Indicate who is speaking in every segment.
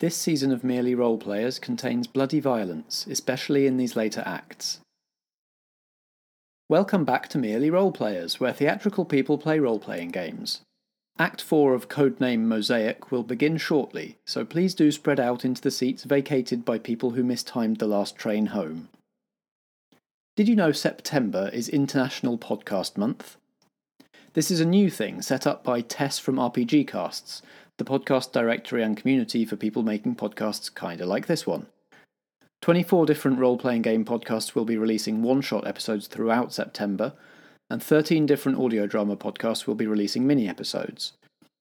Speaker 1: This season of Merely Role Players contains bloody violence, especially in these later acts. Welcome back to Merely Role Players, where theatrical people play role playing games. Act 4 of Codename Mosaic will begin shortly, so please do spread out into the seats vacated by people who mistimed the last train home. Did you know September is International Podcast Month? This is a new thing set up by Tess from RPG Casts, the podcast directory and community for people making podcasts kinda like this one. 24 different role playing game podcasts will be releasing one shot episodes throughout September, and 13 different audio drama podcasts will be releasing mini episodes.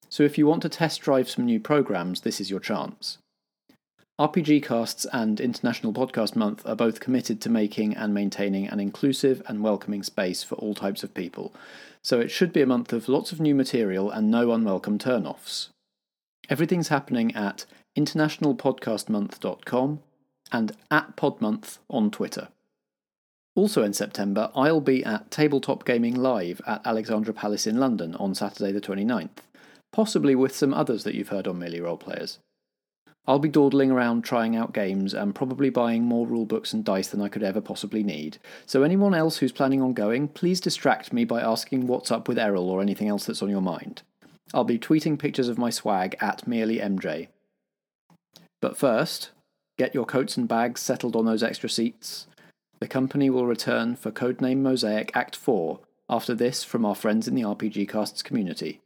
Speaker 1: So if you want to test drive some new programs, this is your chance. RPG Casts and International Podcast Month are both committed to making and maintaining an inclusive and welcoming space for all types of people, so it should be a month of lots of new material and no unwelcome turnoffs. Everything's happening at internationalpodcastmonth.com and at Podmonth on Twitter. Also in September, I'll be at Tabletop Gaming Live at Alexandra Palace in London on Saturday the 29th, possibly with some others that you've heard on Merely Role Players. I'll be dawdling around trying out games and probably buying more rulebooks and dice than I could ever possibly need. So, anyone else who's planning on going, please distract me by asking what's up with Errol or anything else that's on your mind. I'll be tweeting pictures of my swag at merely MJ. But first, get your coats and bags settled on those extra seats. The company will return for Codename Mosaic Act 4 after this from our friends in the RPG Casts community.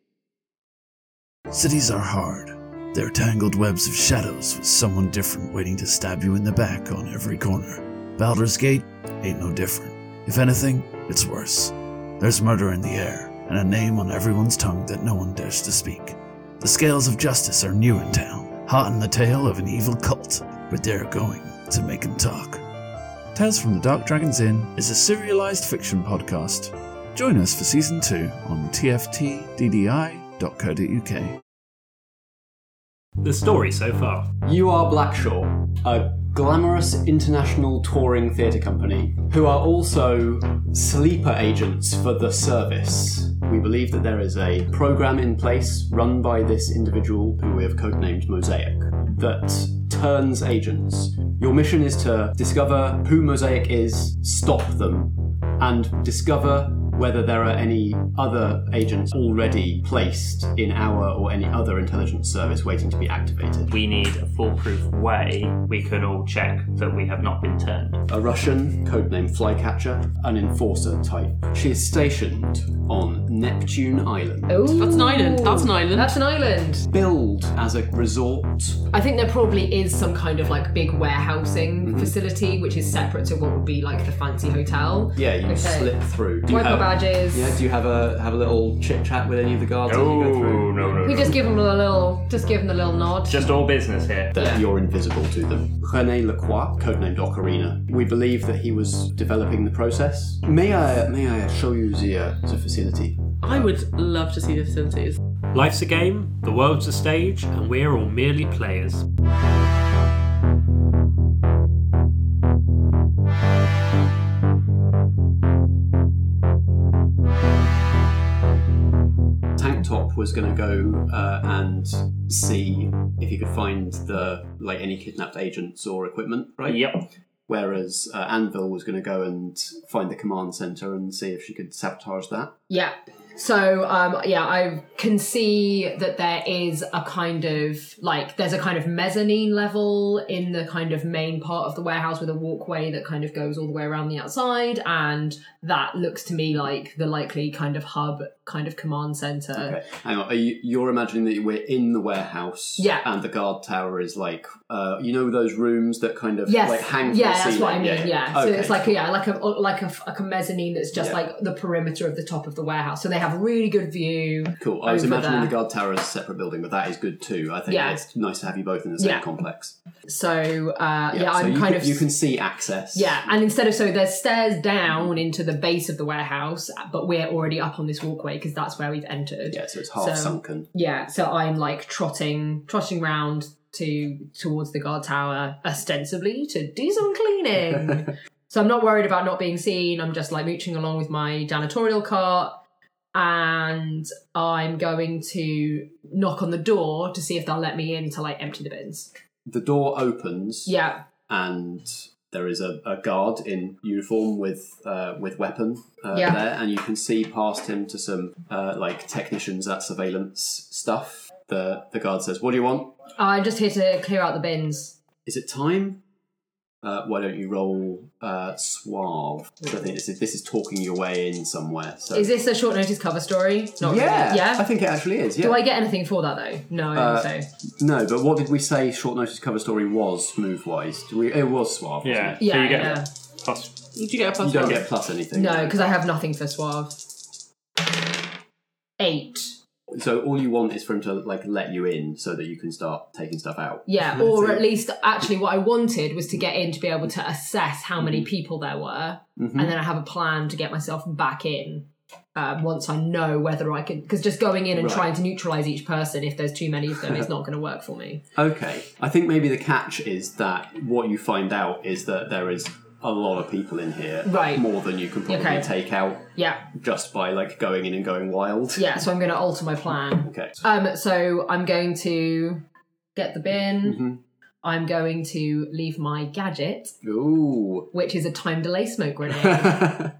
Speaker 2: Cities are hard. They're tangled webs of shadows with someone different waiting to stab you in the back on every corner. Baldur's Gate ain't no different. If anything, it's worse. There's murder in the air, and a name on everyone's tongue that no one dares to speak. The scales of justice are new in town, hot in the tail of an evil cult, but they're going to make 'em talk. Tales from the Dark Dragon's Inn is a serialized fiction podcast. Join us for season two on tftddi.co.uk.
Speaker 3: The story so far.
Speaker 1: You are Blackshaw, a glamorous international touring theatre company who are also sleeper agents for the service. We believe that there is a program in place run by this individual who we have codenamed Mosaic that turns agents. Your mission is to discover who Mosaic is, stop them, and discover whether there are any other agents already placed in our or any other intelligence service waiting to be activated.
Speaker 3: We need a foolproof way we can all check that we have not been turned.
Speaker 1: a Russian, codenamed Flycatcher, an enforcer type. She is stationed on Neptune Island.
Speaker 4: Ooh.
Speaker 5: That's an island. That's an island.
Speaker 4: That's an island.
Speaker 1: Billed as a resort.
Speaker 4: I think there probably is some kind of like big warehousing
Speaker 1: Mm-hmm.
Speaker 4: facility, which is separate to what would be like the fancy hotel.
Speaker 1: Yeah, you
Speaker 4: Okay.
Speaker 1: slip through. Do you
Speaker 4: Wipe our
Speaker 1: have,
Speaker 4: badges.
Speaker 1: yeah, do you have a have a little chit chat with any of the guards as you go
Speaker 6: Oh,
Speaker 1: through?
Speaker 3: no.
Speaker 4: we just give them a little, just give them a little nod.
Speaker 3: Just all business here.
Speaker 1: that
Speaker 4: Yeah.
Speaker 1: you're invisible to them. René Lacroix, codenamed Ocarina. We believe that he was developing the process. May I may I show you the, uh, the facility?
Speaker 5: I would love to see the facilities.
Speaker 6: Life's a game, the world's a stage, and we're all merely players.
Speaker 1: Tank Top was going to go uh, and see if he could find the like any kidnapped agents or equipment, right?
Speaker 3: Yep.
Speaker 1: Whereas uh, Anvil was going to go and find the command center and see if she could sabotage that.
Speaker 4: Yeah. So um, yeah, I can see that there is a kind of like there's a kind of mezzanine level in the kind of main part of the warehouse with a walkway that kind of goes all the way around the outside, and that looks to me like the likely kind of hub, kind of command center.
Speaker 1: Okay, hang on. Are you, you're imagining that we're in the warehouse,
Speaker 4: Yeah.
Speaker 1: and the guard tower is like, uh, you know, those rooms that kind of
Speaker 4: Yes.
Speaker 1: like hang. from
Speaker 4: yeah,
Speaker 1: the
Speaker 4: that's what I mean.
Speaker 1: ceiling?
Speaker 4: Yeah. So
Speaker 1: Okay.
Speaker 4: it's like a, yeah, like a like a, like a mezzanine that's just
Speaker 1: Yeah.
Speaker 4: like the perimeter of the top of the warehouse. So they have a really good view.
Speaker 1: Cool. I was
Speaker 4: over
Speaker 1: imagining
Speaker 4: there.
Speaker 1: the guard tower as a separate building, but that is good too. I think
Speaker 4: Yeah.
Speaker 1: it's nice to have you both in the same
Speaker 4: Yeah.
Speaker 1: complex.
Speaker 4: So uh, yeah,
Speaker 1: so
Speaker 4: I'm
Speaker 1: you
Speaker 4: kind
Speaker 1: can,
Speaker 4: of
Speaker 1: you can see access.
Speaker 4: Yeah, and instead of so there's stairs down into the base of the warehouse, but we're already up on this walkway because that's where we've entered.
Speaker 1: Yeah, so it's half
Speaker 4: So-
Speaker 1: sunken.
Speaker 4: Yeah, so I'm like trotting, trotting round to towards the guard tower, ostensibly to do some cleaning. so I'm not worried about not being seen. I'm just like mooching along with my janitorial cart, and I'm going to knock on the door to see if they'll let me in to like empty the bins.
Speaker 7: The door opens,
Speaker 4: Yeah.
Speaker 7: and there is a, a guard in uniform with uh, with weapon uh,
Speaker 4: Yeah.
Speaker 7: there, and you can see past him to some uh, like technicians at surveillance stuff. The the guard says, "What do you want?
Speaker 4: I'm just here to clear out the bins.
Speaker 7: Is it time? Uh, why don't you roll uh, suave? So I think this is, this is talking your way in somewhere. So
Speaker 4: Is this a short notice cover story? Not
Speaker 7: yeah,
Speaker 4: really. Yeah.
Speaker 7: I think it actually is. Yeah.
Speaker 4: Do I get anything for that though? No.
Speaker 7: Uh,
Speaker 4: so
Speaker 7: No, but what did we say? Short notice cover story was move wise. We it was suave. wasn't
Speaker 6: Yeah.
Speaker 7: it?
Speaker 4: yeah,
Speaker 6: so you get
Speaker 4: yeah.
Speaker 6: plus.
Speaker 5: Did you get a plus
Speaker 7: You don't
Speaker 5: one?
Speaker 7: get plus anything.
Speaker 4: No, because I have nothing for Suave. Eight.
Speaker 7: So all you want is for him to like let you in, so that you can start taking stuff out.
Speaker 4: Yeah, or at least actually what I wanted was to get in to be able to assess how
Speaker 7: Mm-hmm.
Speaker 4: many people there were, and then I have a plan to get myself back in um, once I know whether I can. Because just going in and
Speaker 7: Right.
Speaker 4: trying to neutralize each person if there's too many of them is not going to work for me.
Speaker 7: Okay. I think maybe the catch is that what you find out is that there is a lot of people in here,
Speaker 4: Right.
Speaker 7: More than you can probably
Speaker 4: Okay.
Speaker 7: take out
Speaker 4: Yeah,
Speaker 7: just by like going in and going wild.
Speaker 4: yeah. So I'm going to alter my plan.
Speaker 7: Okay.
Speaker 4: Um, so I'm going to get the bin.
Speaker 7: Mhm.
Speaker 4: I'm going to leave my gadget,
Speaker 7: Ooh.
Speaker 4: which is a time delay smoke grenade.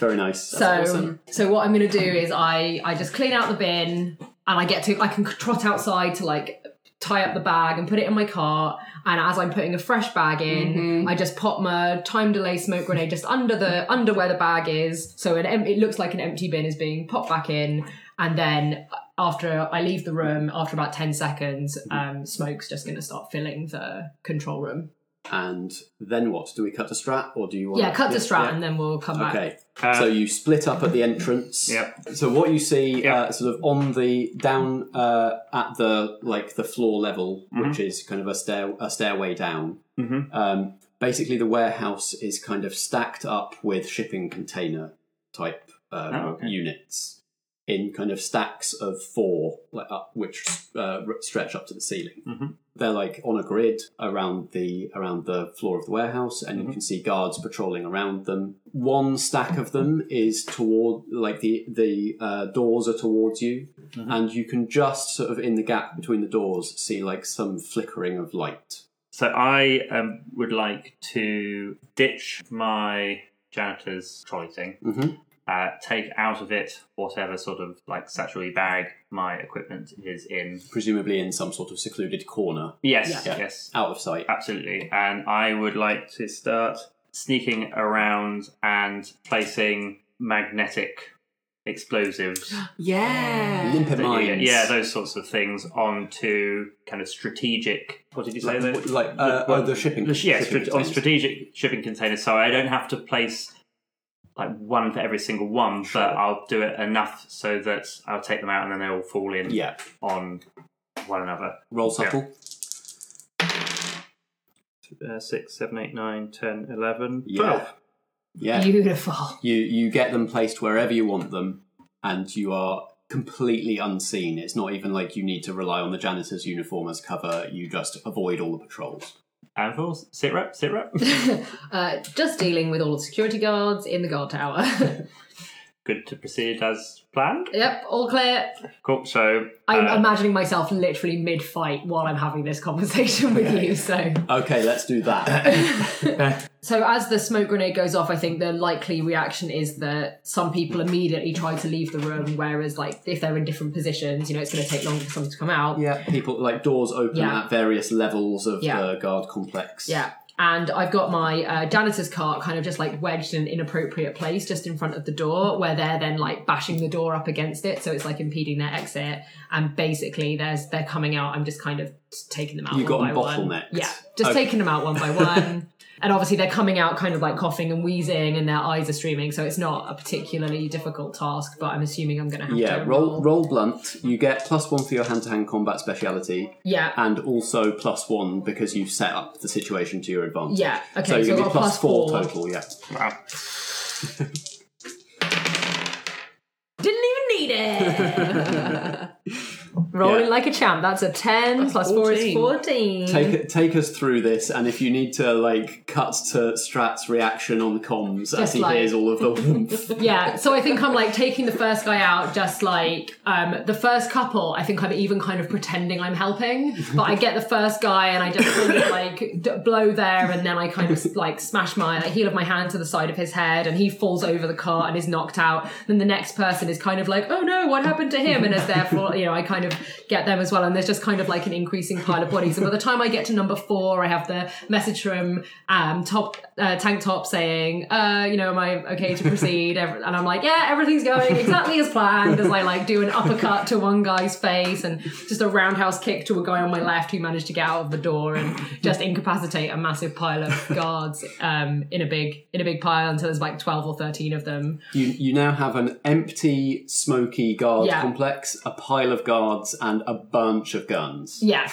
Speaker 7: Very nice.
Speaker 4: so so what i'm gonna do is i i just clean out the bin and i get to i can trot outside to like tie up the bag and put it in my cart and as i'm putting a fresh bag in
Speaker 7: Mm-hmm.
Speaker 4: i just pop my time delay smoke grenade just under the under where the bag is so an em- it looks like an empty bin is being popped back in and then after i leave the room after about 10 seconds um, smoke's just gonna start filling the control room
Speaker 7: and then what? Do we cut the strat, or do you want?
Speaker 4: yeah cut the strat
Speaker 7: yeah.
Speaker 4: and then we'll come back
Speaker 7: Okay.
Speaker 6: Uh,
Speaker 7: so you split up at the entrance.
Speaker 6: Yep.
Speaker 7: So what you see, uh,
Speaker 6: Yep.
Speaker 7: sort of on the down uh, at the like the floor level,
Speaker 6: Mm-hmm.
Speaker 7: which is kind of a stair a stairway down.
Speaker 6: Mhm.
Speaker 7: Um, basically, the warehouse is kind of stacked up with shipping container type um,
Speaker 6: Oh, okay.
Speaker 7: units in kind of stacks of four, like up, which uh, r- stretch up to the ceiling.
Speaker 6: Mhm.
Speaker 7: They're like on a grid around the around the floor of the warehouse, and
Speaker 6: Mm-hmm.
Speaker 7: you can see guards patrolling around them. One stack of them is toward like the the uh, doors are towards you,
Speaker 6: Mm-hmm.
Speaker 7: and you can just sort of in the gap between the doors see like some flickering of light.
Speaker 6: So I um, would like to ditch my janitor's trolley thing,
Speaker 7: Mhm.
Speaker 6: uh, take out of it whatever sort of like satchel bag my equipment is in.
Speaker 7: Presumably in some sort of secluded corner,
Speaker 6: Yes,
Speaker 7: Yeah.
Speaker 6: yes,
Speaker 7: out of sight.
Speaker 6: absolutely. And I would like to start sneaking around and placing magnetic explosives
Speaker 5: Yeah.
Speaker 6: that you
Speaker 7: Limpid
Speaker 6: get-
Speaker 7: mines.
Speaker 6: yeah those sorts of things onto kind of strategic what did you say
Speaker 7: Like-
Speaker 6: there?
Speaker 7: what- like, uh, oh, the shipping-
Speaker 6: the, yeah
Speaker 7: shipping
Speaker 6: strate- on
Speaker 7: containers.
Speaker 6: strategic shipping containers so i don't have to place like one for every single one but i'll do it enough so that i'll take them out and then they'll fall in
Speaker 7: Yeah.
Speaker 6: on one another
Speaker 7: Roll subtle.
Speaker 6: uh, 6 7 8 9 10 11
Speaker 7: Yeah.
Speaker 6: 12
Speaker 7: Yeah.
Speaker 4: beautiful
Speaker 7: You you get them placed wherever you want them, and you are completely unseen. It's not even like you need to rely on the janitor's uniform as cover. You just avoid all the patrols.
Speaker 6: anvil sit rep sit rep
Speaker 4: uh, just dealing with all the security guards in the guard tower
Speaker 6: good to proceed as planned
Speaker 4: Yep, all clear.
Speaker 6: cool so
Speaker 4: I'm
Speaker 6: uh,
Speaker 4: imagining myself literally mid fight while I'm having this conversation with you. So,
Speaker 7: Okay, let's do that.
Speaker 4: so as the smoke grenade goes off, I think the likely reaction is that some people immediately try to leave the room, whereas like if they're in different positions, you know, it's going to take longer for someone to come out.
Speaker 7: yeah, people like doors open
Speaker 4: Yeah.
Speaker 7: at various levels of
Speaker 4: Yeah.
Speaker 7: the guard complex.
Speaker 4: Yeah. And I've got my uh, janitor's cart kind of just like wedged in an inappropriate place just in front of the door where they're then like bashing the door up against it. So it's like impeding their exit. And basically there's, they're coming out. I'm just kind of taking them out.
Speaker 7: You
Speaker 4: one
Speaker 7: got
Speaker 4: by
Speaker 7: them
Speaker 4: one.
Speaker 7: bottlenecked.
Speaker 4: Yeah. Just
Speaker 7: Okay.
Speaker 4: taking them out one by one. and obviously they're coming out kind of like coughing and wheezing and their eyes are streaming. So it's not a particularly difficult task, but I'm assuming I'm going to have
Speaker 7: Yeah,
Speaker 4: to
Speaker 7: roll roll blunt. You get plus one for your hand to hand combat speciality,
Speaker 4: Yeah.
Speaker 7: and also plus one because you've set up the situation to your advantage.
Speaker 4: Yeah.
Speaker 7: so you
Speaker 4: Okay. So, I've
Speaker 7: can
Speaker 4: got
Speaker 7: be
Speaker 4: a
Speaker 7: plus
Speaker 4: plus
Speaker 7: four,
Speaker 4: four. Mm-hmm.
Speaker 7: total. Yeah.
Speaker 6: wow.
Speaker 4: Didn't even need it. Rolling
Speaker 7: Yeah.
Speaker 4: like a champ. That's a 10 plus 4 is 14.
Speaker 5: 14.
Speaker 7: Take take us through this, and if you need to, like, cut to Strat's reaction on comms as
Speaker 4: Just
Speaker 7: he
Speaker 4: like-
Speaker 7: hears all of the whoomph.
Speaker 4: yeah so i think i'm like taking the first guy out just like um the first couple i think i'm even kind of pretending i'm helping but i get the first guy and i just kind of like d- blow there and then i kind of like smash my like, heel of my hand to the side of his head and he falls over the cart and is knocked out then the next person is kind of like oh no what happened to him and is therefore you know i kind of get them as well and there's just kind of like an increasing pile of bodies and by the time i get to number four i have the message from um top uh, tank top saying uh you know am i okay to proceed Ev- and i'm like yeah everything's going exactly as planned as i like do an uppercut to one guy's face and just a roundhouse kick to a guy on my left who managed to get out of the door and just incapacitate a massive pile of guards um in a big in a big pile until there's like 12 or 13 of them
Speaker 7: You, you now have an empty, smoky guard
Speaker 4: Yeah.
Speaker 7: complex, a pile of guards, and a bunch of guns.
Speaker 4: Yeah.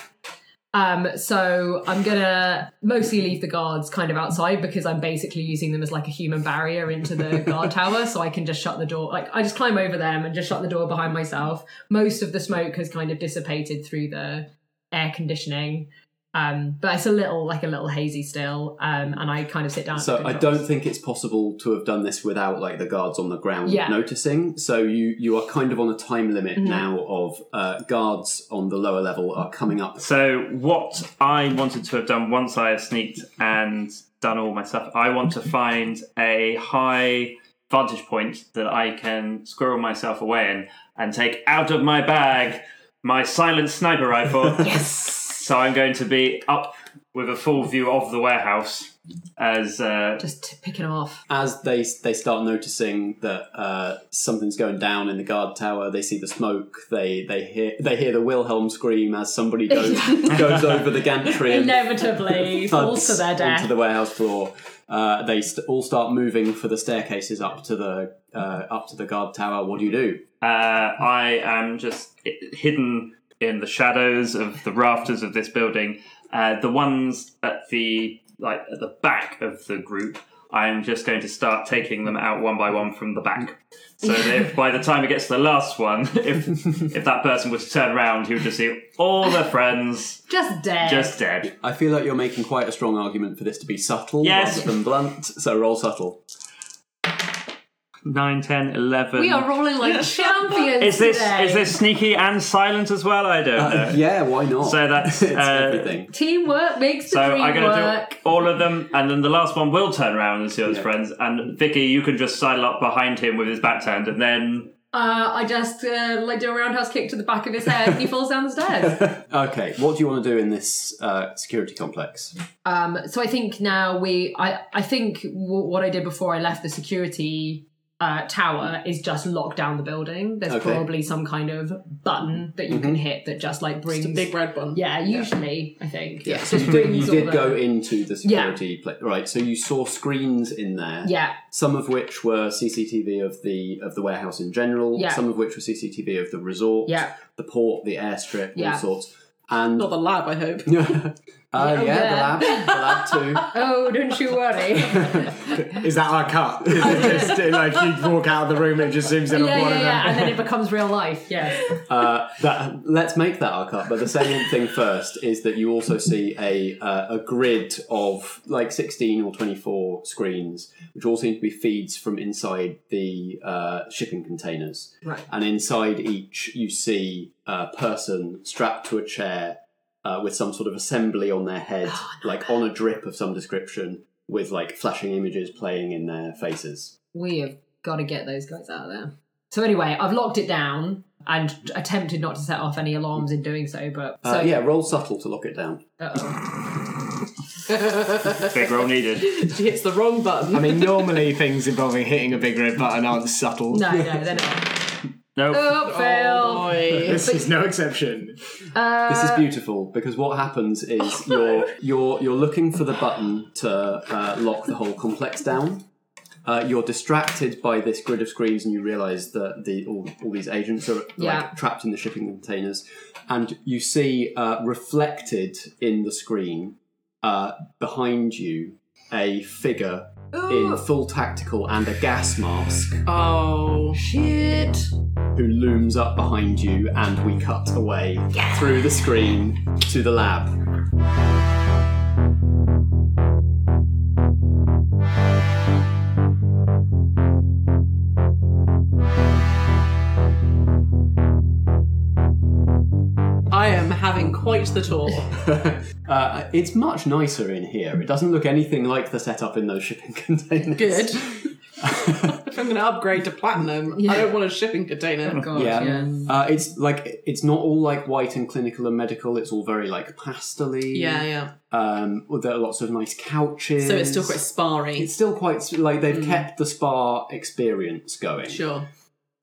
Speaker 4: Um, so I'm gonna mostly leave the guards kind of outside because I'm basically using them as like a human barrier into the guard tower, so I can just shut the door. Like I just climb over them and just shut the door behind myself. Most of the smoke has kind of dissipated through the air conditioning, um, but it's a little like a little hazy still. Um, and I kind of sit down. at
Speaker 7: So
Speaker 4: the
Speaker 7: I don't
Speaker 4: controls.
Speaker 7: think it's possible to have done this without like the guards on the ground
Speaker 4: Yeah.
Speaker 7: noticing. So you you are kind of on a time limit
Speaker 4: Mhm.
Speaker 7: now of uh, guards on the lower level are coming up.
Speaker 6: So what I wanted to have done once I have sneaked and done all my stuff, I want to find a high vantage point that I can squirrel myself away in and take out of my bag my silent sniper rifle.
Speaker 4: Yes.
Speaker 6: So I'm going to be up with a full view of the warehouse as uh,
Speaker 4: Just picking off.
Speaker 7: As they they start noticing that uh, something's going down in the guard tower, they see the smoke. They they hear they hear the Wilhelm scream as somebody goes goes over the gantry and
Speaker 4: Inevitably falls to
Speaker 7: thuds
Speaker 4: their death.
Speaker 7: onto the warehouse floor. Uh, they st- all start moving for the staircases up to the uh, up to the guard tower. What do you do?
Speaker 6: uh, I am just i- hidden in the shadows of the rafters of this building. Uh, the ones at the like at the back of the group, I am just going to start taking them out one by one from the back. So that if, by the time it gets to the last one, if if that person was to turn around, he would just see all their friends
Speaker 4: Just dead.
Speaker 6: just dead.
Speaker 7: I feel like you're making quite a strong argument for this to be subtle
Speaker 6: Yes.
Speaker 7: rather than blunt. So roll subtle.
Speaker 6: 9, 10, 11.
Speaker 4: we are rolling like champions.
Speaker 6: is this
Speaker 4: today.
Speaker 6: is this sneaky and silent as well? I don't
Speaker 7: Uh,
Speaker 6: know.
Speaker 7: Yeah, why not?
Speaker 6: So that's,
Speaker 7: It's
Speaker 6: uh,
Speaker 7: everything.
Speaker 4: Teamwork makes the
Speaker 6: So
Speaker 4: dream
Speaker 6: I'm going to
Speaker 4: work.
Speaker 6: do all of them, and then the last one will turn around and see all his friends. And Vicky, you can just sidle up behind him with his back turned, and then
Speaker 4: Uh, I just uh, like do a roundhouse kick to the back of his head, and he falls down the stairs.
Speaker 7: Okay, what do you want to do in this uh, security complex?
Speaker 4: Um, so I think now we, I, I think w- what I did before I left the security uh, tower is just lock down the building. There's
Speaker 7: Okay. Mm-hmm.
Speaker 4: probably some kind of button that you can hit that just like brings.
Speaker 5: Just a big red one.
Speaker 4: yeah, usually I think. Yeah,
Speaker 7: So you did, you did go into the
Speaker 4: Yeah.
Speaker 7: security place, right? So you saw screens in there.
Speaker 4: Yeah,
Speaker 7: Some of which were CCTV of the of the warehouse in general.
Speaker 4: Yeah.
Speaker 7: Some of which were CCTV of the resort.
Speaker 4: Yeah.
Speaker 7: The port, the airstrip, all
Speaker 4: Yeah.
Speaker 7: sorts. And
Speaker 5: Not the lab, I hope.
Speaker 7: uh, yeah,
Speaker 4: Oh, yeah.
Speaker 7: the lab, the lab too.
Speaker 4: Oh, don't you worry.
Speaker 8: Is that our cut? Is it just uh, like you walk out of the room and it just zooms in
Speaker 4: yeah,
Speaker 8: on one
Speaker 4: yeah,
Speaker 8: of
Speaker 4: yeah,
Speaker 8: them?
Speaker 4: and then it becomes real life. Yes.
Speaker 7: Uh, that, let's make that our cut. But the salient thing first is that you also see a uh, a grid of like sixteen or twenty four screens, which all seem to be feeds from inside the uh, shipping containers.
Speaker 4: Right.
Speaker 7: And inside each, you see a person strapped to a chair uh, with some sort of assembly on their head,
Speaker 4: Oh,
Speaker 7: like on a drip of some description, with like flashing images playing in their faces.
Speaker 4: we have got to get those guys out of there. So anyway, I've locked it down and attempted not to set off any alarms in doing so. But so
Speaker 7: Uh, yeah, roll subtle to lock it down.
Speaker 4: uh-oh.
Speaker 6: big roll needed.
Speaker 5: She hits the wrong button.
Speaker 8: I mean, normally things involving hitting a big red button aren't subtle.
Speaker 4: no, no, they're not.
Speaker 6: No,
Speaker 4: Oh, fail.
Speaker 5: boy.
Speaker 8: This is no exception.
Speaker 7: This
Speaker 4: Uh,
Speaker 7: is beautiful because what happens is you're you're you're looking for the button to uh, lock the whole complex down. Uh, you're distracted by this grid of screens, and you realise that the all, all these agents are
Speaker 4: Yeah.
Speaker 7: like, trapped in the shipping containers, and you see uh, reflected in the screen uh, behind you a figure in
Speaker 4: Ooh,
Speaker 7: full tactical and a gas mask
Speaker 5: Oh shit!
Speaker 7: who looms up behind you, and we cut away through the screen to the lab.
Speaker 5: I am having quite the tour.
Speaker 7: Uh, it's much nicer in here. It doesn't look anything like the setup in those shipping containers.
Speaker 5: Good. if I'm going to upgrade to platinum, I don't want a shipping container.
Speaker 4: God,
Speaker 7: yeah.
Speaker 4: Oh, yeah.
Speaker 7: Uh, it's like it's not all like white and clinical and medical. It's all very like pastely.
Speaker 5: Yeah, yeah.
Speaker 7: Um, well, there are lots of nice couches.
Speaker 5: So it's still quite Mm. sparry.
Speaker 7: It's still quite s- like they've kept the spa experience going.
Speaker 5: Sure.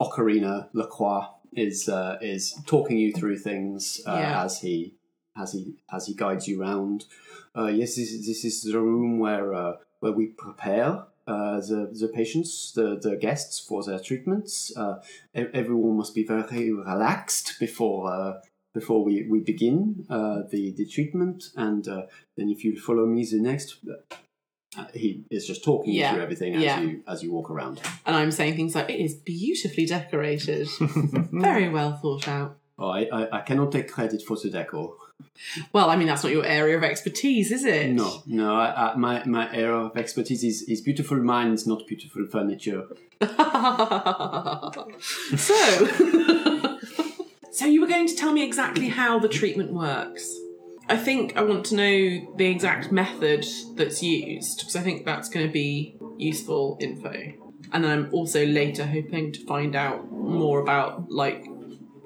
Speaker 7: Ocarina Lacroix is uh, is talking you through things uh,
Speaker 5: Yeah.
Speaker 7: as he as he as he guides you round. Uh, yes, this, is- this is the room where uh, where we prepare uh, the the patients, the, the guests for their treatments. Uh, e- everyone must be very relaxed before. Uh, before we, we begin uh, the, the treatment, and uh, then if you follow me, the next uh, he is just talking you
Speaker 5: Yeah.
Speaker 7: through everything as
Speaker 5: Yeah.
Speaker 7: you as you walk around.
Speaker 5: And I'm saying things like, it is beautifully decorated. Very well thought out.
Speaker 7: Oh, I, I, I cannot take credit for the decor.
Speaker 5: Well, I mean, that's not your area of expertise, is it?
Speaker 7: No, no, I, I, my, my area of expertise is, is beautiful minds, not beautiful furniture.
Speaker 5: so, so you were going to tell me exactly how the treatment works. I think I want to know the exact method that's used because I think that's going to be useful info. And then I'm also later hoping to find out more about like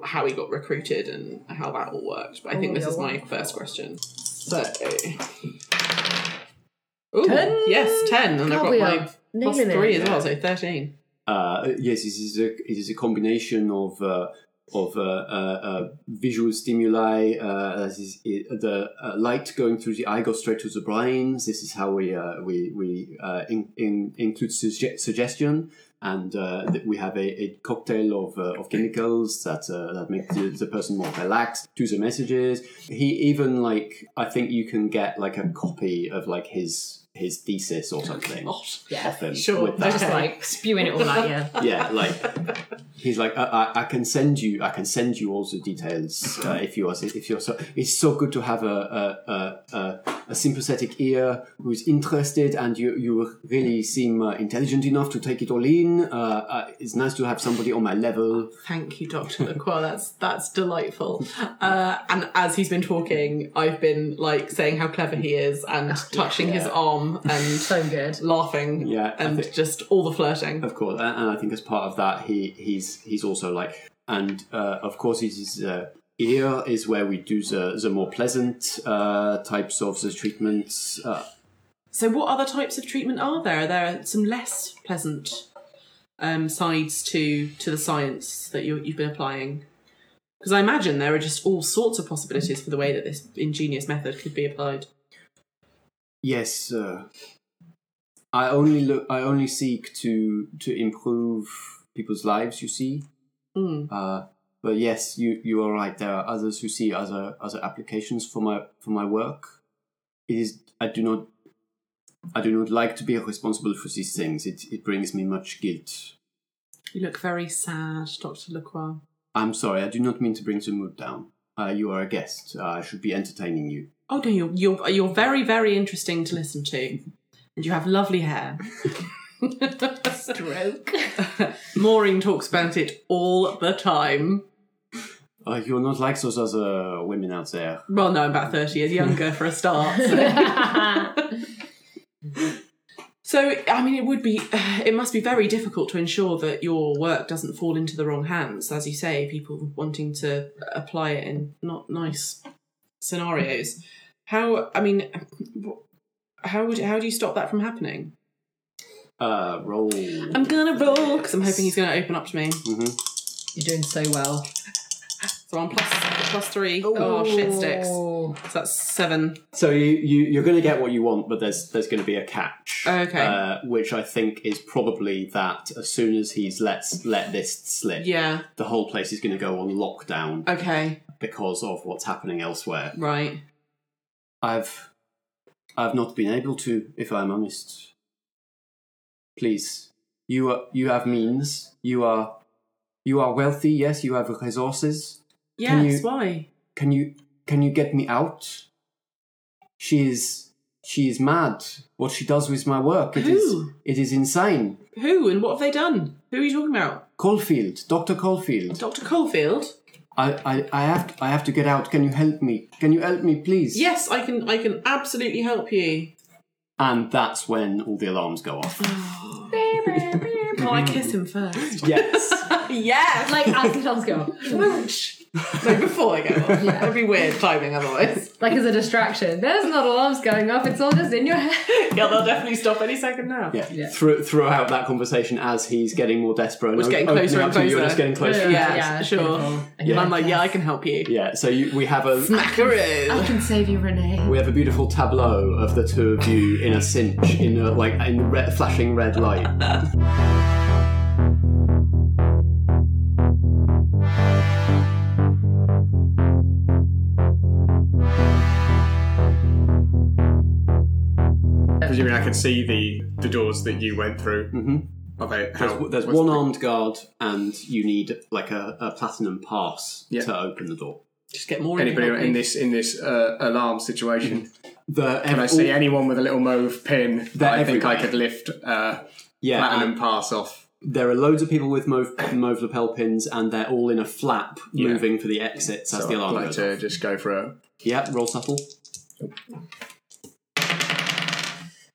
Speaker 5: how he got recruited and how that all worked. But I think this is my first question. So, Ooh,
Speaker 4: Ten?
Speaker 5: yes, ten, and I've got
Speaker 4: Can't
Speaker 5: my
Speaker 4: we are
Speaker 5: plus
Speaker 4: nailing it.
Speaker 5: three as well, so thirteen.
Speaker 7: Uh, yes, it is a, it is a combination of uh, of uh, uh, uh, visual stimuli. Uh, this is it, the uh, light going through the eye goes straight to the brain. This is how we uh, we we uh, in, in, include sugge- suggestion, and uh, th- we have a, a cocktail of, uh, of chemicals that uh, that make the, the person more relaxed to the messages. He even like I think you can get like a copy of like his his thesis or something
Speaker 4: yeah.
Speaker 7: off him
Speaker 5: Sure.
Speaker 7: with that
Speaker 4: They're just
Speaker 5: Okay.
Speaker 4: like spewing it all out, yeah.
Speaker 7: yeah, like he's like, I, I, I can send you, I can send you all the details uh, if you are, if you're so. It's so good to have a a, a, a, a sympathetic ear who's interested, and you you really seem uh, intelligent enough to take it all in. Uh, uh, it's nice to have somebody on my level.
Speaker 5: Thank you, Doctor Lacroix. That's that's delightful. Uh, and as he's been talking, I've been like saying how clever he is and touching his arm and
Speaker 4: So good.
Speaker 5: laughing
Speaker 7: Yeah, I
Speaker 5: and
Speaker 7: think-
Speaker 5: just all the flirting.
Speaker 7: Of course, and, and I think as part of that, he he's he's also like, and uh, of course, his his, uh, ear is where we do the the more pleasant uh, types of the treatments. Uh,
Speaker 5: So, what other types of treatment are there? Are there some less pleasant um, sides to to the science that you, you've been applying? Because I imagine there are just all sorts of possibilities for the way that this ingenious method could be applied.
Speaker 7: Yes, uh, I only look. I only seek to to improve people's lives. You see,
Speaker 5: Hmm.
Speaker 7: uh, but yes, you you are right. There are others who see other other applications for my for my work. It is. I do not. I do not like to be responsible for these things. It it brings me much guilt.
Speaker 5: You look very sad, Doctor Lacroix.
Speaker 7: I'm sorry. I do not mean to bring the mood down. Uh, you are a guest. Uh, I should be entertaining you.
Speaker 5: Oh no, you're you're you're very very interesting to listen to, and you have lovely hair.
Speaker 4: Stroke.
Speaker 5: Maureen talks about it all the time.
Speaker 7: Uh, you're not like those other women out there.
Speaker 5: Well, no, I'm about thirty years younger for a start. So. So, I mean, it would be, it must be very difficult to ensure that your work doesn't fall into the wrong hands, as you say, people wanting to apply it in not nice scenarios. How, I mean, how would how do you stop that from happening?
Speaker 7: Uh, roll.
Speaker 5: I'm gonna roll because I'm hoping he's gonna open up to me.
Speaker 7: Mhm.
Speaker 4: You're doing so well.
Speaker 5: So I'm plus plus three. Oh shit sticks. So
Speaker 4: Ooh.
Speaker 5: that's seven.
Speaker 7: So you, you you're going to get what you want, but there's there's going to be a catch.
Speaker 5: Okay.
Speaker 7: Uh, which I think is probably that as soon as he's let's let this slip,
Speaker 5: Yeah. Uh.
Speaker 7: the whole place is going to go on lockdown
Speaker 5: Okay.
Speaker 7: because of what's happening elsewhere.
Speaker 5: Right.
Speaker 7: I've I've not been able to, if I'm honest. Please, you are, you have means. You are you are wealthy. Yes, you have resources. Can
Speaker 5: Yes,
Speaker 7: you-
Speaker 5: why?
Speaker 7: Can you can you get me out? She is she is mad. What she does with my work, it is
Speaker 5: Who?
Speaker 7: it is insane.
Speaker 5: Who and what have they done? Who are you talking about?
Speaker 7: Caulfield, Doctor Caulfield.
Speaker 5: Dr. Caulfield?
Speaker 7: I, I, I have to, I have to get out. Can you help me? Can you help me, please?
Speaker 5: Yes, I can I can absolutely help you.
Speaker 7: And that's when all the alarms go off.
Speaker 5: Well, I
Speaker 8: Hmm.
Speaker 5: kiss him first.
Speaker 7: yes.
Speaker 5: yes!
Speaker 4: Like as the dogs go,
Speaker 5: no, before I go off. That'd be weird timing otherwise.
Speaker 4: like as a distraction. There's not alarms going off. It's all just in your head.
Speaker 5: Yeah, they'll definitely stop any second now.
Speaker 7: Yeah.
Speaker 4: Yeah.
Speaker 7: Thro- throughout that conversation, as he's getting more desperate,
Speaker 5: We're
Speaker 7: and
Speaker 5: getting
Speaker 7: opening
Speaker 5: closer and
Speaker 7: up to you, You're
Speaker 5: closer.
Speaker 7: just getting closer.
Speaker 4: Yeah.
Speaker 7: Yeah.
Speaker 4: it's
Speaker 5: sure.
Speaker 4: beautiful.
Speaker 5: And I'm like, yeah, I can help you.
Speaker 7: So you, we have a
Speaker 4: I
Speaker 5: Macaroon.
Speaker 4: can save you, Renee.
Speaker 7: we have a beautiful tableau of the two of you in a cinch, in a, like in red, flashing red light.
Speaker 8: Presumably, I can see the the doors that you went through.
Speaker 7: hmm
Speaker 8: Are they?
Speaker 7: There's,
Speaker 8: How,
Speaker 7: there's
Speaker 8: what's
Speaker 7: one
Speaker 8: the-
Speaker 7: armed guard, and you need like a, a platinum pass
Speaker 8: Yeah.
Speaker 7: to open the door.
Speaker 5: Just get more
Speaker 8: Anybody
Speaker 5: help
Speaker 8: in
Speaker 5: me.
Speaker 8: this in this uh, alarm situation?
Speaker 7: The, um,
Speaker 8: Can I
Speaker 7: Mm. all-
Speaker 8: see anyone with a little mauve pin
Speaker 7: They're
Speaker 8: that I think I
Speaker 7: everywhere.
Speaker 8: could lift uh,
Speaker 7: Yeah,
Speaker 8: platinum
Speaker 7: and
Speaker 8: pass off?
Speaker 7: there are loads of people with mauve, mauve lapel pins, and they're all in a flap,
Speaker 8: Yeah.
Speaker 7: moving for the exits as
Speaker 8: So
Speaker 7: the
Speaker 8: I'd
Speaker 7: alarm
Speaker 8: like
Speaker 7: goes. off.
Speaker 8: to just go for a.
Speaker 7: Yeah, roll subtle.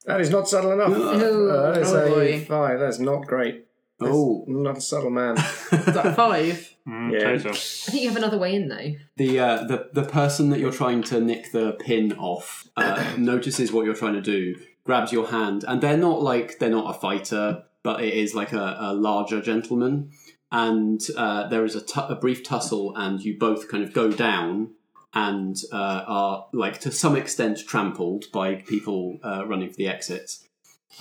Speaker 8: That is not subtle enough.
Speaker 4: No.
Speaker 8: Uh, that is
Speaker 5: Oh,
Speaker 8: a
Speaker 5: boy.
Speaker 8: five. That's not great. That's
Speaker 7: Oh.
Speaker 8: not a subtle man.
Speaker 5: Is that five?
Speaker 6: Mm,
Speaker 8: Yeah.
Speaker 6: Total.
Speaker 4: I think you have another way in though.
Speaker 7: The, uh, the the person that you're trying to nick the pin off uh, notices what you're trying to do, grabs your hand, and they're not like they're not a fighter, but it is like a, a larger gentleman, and uh, there is a tu- a brief tussle, and you both kind of go down and uh, are like to some extent trampled by people uh, running for the exits.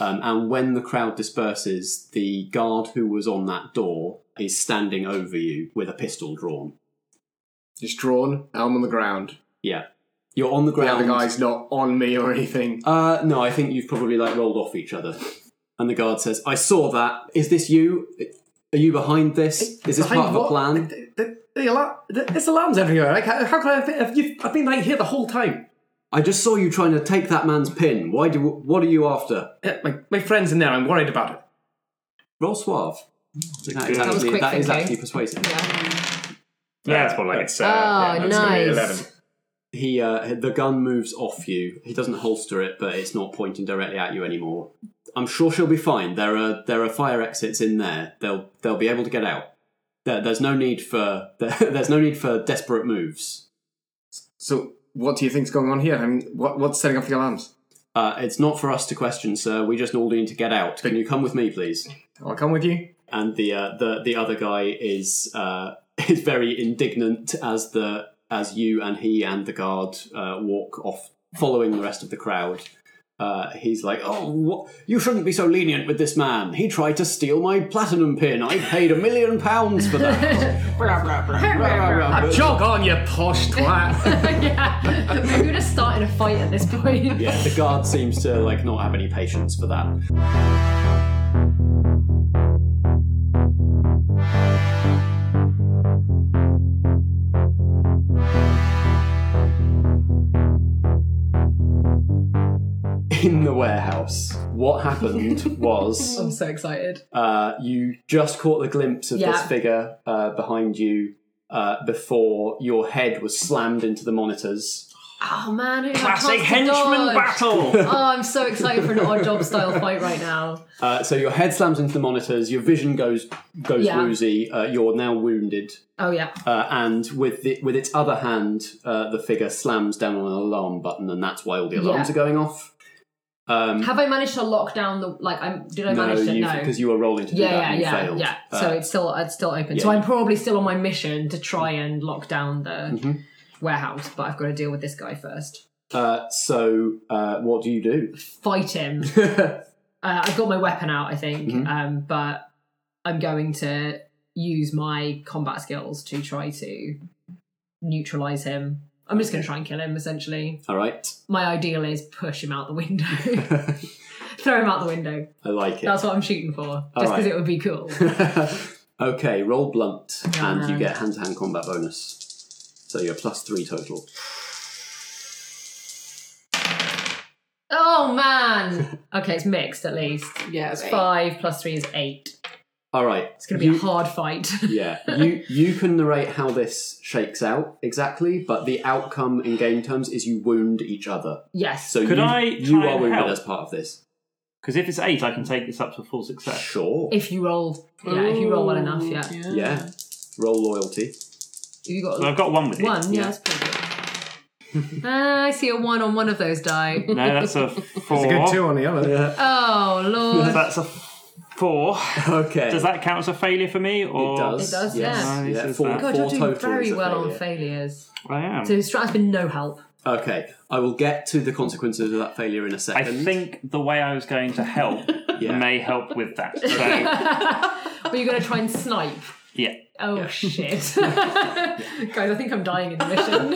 Speaker 7: Um, and when the crowd disperses, the guard who was on that door is standing over you with a pistol drawn.
Speaker 8: Just drawn. I'm on the ground.
Speaker 7: Yeah. You're on the
Speaker 8: The
Speaker 7: ground.
Speaker 8: other guy's not on me or anything.
Speaker 7: Uh, no, I think you've probably like rolled off each other. And the guard says, I saw that. Is this you? Are you behind this? Is this
Speaker 8: Behind
Speaker 7: part of a
Speaker 8: what?
Speaker 7: plan?
Speaker 8: The, the, the alarm, the, there's alarms everywhere. Like, how, how can I? Have, you, I've been like here the whole time.
Speaker 7: I just saw you trying to take that man's pin. Why do? What are you after?
Speaker 8: Uh, My, my friend's in there. I'm worried about it.
Speaker 7: Roll suave. That is
Speaker 6: That was
Speaker 7: actually,
Speaker 4: quick
Speaker 7: that is
Speaker 4: thinking.
Speaker 7: actually persuasive.
Speaker 6: Yeah, that's more like it.
Speaker 8: That's, uh,
Speaker 4: Oh,
Speaker 8: that's gonna be
Speaker 4: nice.
Speaker 8: 11.
Speaker 7: He uh, the gun moves off you. He doesn't holster it, but it's not pointing directly at you anymore. I'm sure she'll be fine. There are there are fire exits in there. They'll they'll be able to get out. There, there's no need for there, there's no need for desperate moves.
Speaker 8: So, what do you think's going on here? I mean, what, what's setting off the alarms?
Speaker 7: Uh, it's not for us to question, sir. We just all need to get out. Can you come with me, please?
Speaker 8: I'll come with you.
Speaker 7: And the uh, the the other guy is uh, is very indignant as the as you and he and the guard uh, walk off, following the rest of the crowd. Uh, he's like, "Oh, what? you shouldn't be so lenient with this man. He tried to steal my platinum pin. I paid a million pounds for that."
Speaker 8: Jog on, you posh twat.
Speaker 4: yeah. Maybe we're just starting a fight at this point.
Speaker 7: yeah, the guard seems to like not have any patience for that. in the warehouse. What happened was
Speaker 4: I'm so excited.
Speaker 7: uh, you just caught the glimpse of this
Speaker 4: Yeah.
Speaker 7: figure uh, behind you uh, before your head was slammed into the monitors.
Speaker 4: Oh man, who
Speaker 6: Classic henchman battle.
Speaker 4: Oh, I'm so excited for an odd job style fight right now.
Speaker 7: Uh, so your head slams into the monitors. Your vision goes goes
Speaker 4: Yeah.
Speaker 7: woozy. Uh, you're now wounded,
Speaker 4: Oh yeah.
Speaker 7: uh, and with the, with its other hand, uh, the figure slams down on an alarm button, and that's why all the alarms
Speaker 4: Yeah.
Speaker 7: are going off. Um,
Speaker 4: Have I managed to lock down the like? I'm did I manage to? no.
Speaker 7: because you were rolling to do that
Speaker 4: yeah, yeah,
Speaker 7: and you
Speaker 4: yeah,
Speaker 7: failed.
Speaker 4: yeah.
Speaker 7: Uh,
Speaker 4: so it's still it's still open.
Speaker 7: yeah.
Speaker 4: So I'm probably still on my mission to try and lock down the
Speaker 7: Mhm.
Speaker 4: warehouse, but I've got to deal with this guy first.
Speaker 7: Uh, so, uh, what do you do?
Speaker 4: Fight him. uh, I've got my weapon out, I think,
Speaker 7: Mhm.
Speaker 4: um, but I'm going to use my combat skills to try to neutralize him. I'm just going to try and kill him, essentially.
Speaker 7: All right.
Speaker 4: My ideal is push him out the window, throw him out the window.
Speaker 7: I like it.
Speaker 4: That's what I'm shooting for, just because
Speaker 7: right.
Speaker 4: it would be cool.
Speaker 7: okay, roll blunt, and you
Speaker 4: man.
Speaker 7: get hand to hand combat bonus. So you're plus three total.
Speaker 4: oh, man. Okay, it's mixed at least.
Speaker 5: Yeah,
Speaker 4: It's five plus three is eight.
Speaker 7: All right.
Speaker 4: It's going to be a hard fight.
Speaker 7: yeah, you you can narrate how this shakes out exactly, but the outcome in game terms is you wound each other.
Speaker 4: yes.
Speaker 7: So
Speaker 6: Could
Speaker 7: you,
Speaker 6: I
Speaker 7: you
Speaker 6: try
Speaker 7: are
Speaker 6: and
Speaker 7: wounded
Speaker 6: help?
Speaker 7: as part of this.
Speaker 6: Because if it's eight, I can take this up to full success.
Speaker 7: Sure.
Speaker 4: if you roll, yeah, if you roll well enough, yeah.
Speaker 7: Yeah. Roll loyalty.
Speaker 4: You got
Speaker 6: So I've got one with you.
Speaker 4: one. Yeah,
Speaker 7: yeah.
Speaker 4: that's pretty good. Ah, I see a one on one of those die.
Speaker 6: No, that's a four.
Speaker 8: It's a good two on the other.
Speaker 4: Oh lord.
Speaker 6: That's a four.
Speaker 7: Okay.
Speaker 6: Does that count as a failure for me? Or
Speaker 7: It does.
Speaker 4: It does,
Speaker 7: Yes.
Speaker 4: yeah.
Speaker 6: Nice,
Speaker 7: yeah.
Speaker 6: is
Speaker 7: Four,
Speaker 6: that-
Speaker 4: God,
Speaker 7: four
Speaker 4: you're doing
Speaker 7: total is
Speaker 4: very
Speaker 7: a
Speaker 4: well
Speaker 7: failure.
Speaker 4: on failures.
Speaker 6: I am.
Speaker 4: So Strat's been no help.
Speaker 7: Okay, I will get to the consequences of that failure in a
Speaker 6: I
Speaker 7: second.
Speaker 6: think the way I was going to help
Speaker 7: Yeah.
Speaker 6: may help with that. So
Speaker 4: Were you going to try and snipe?
Speaker 6: yeah,
Speaker 4: Oh shit, guys! I think I'm dying in the mission.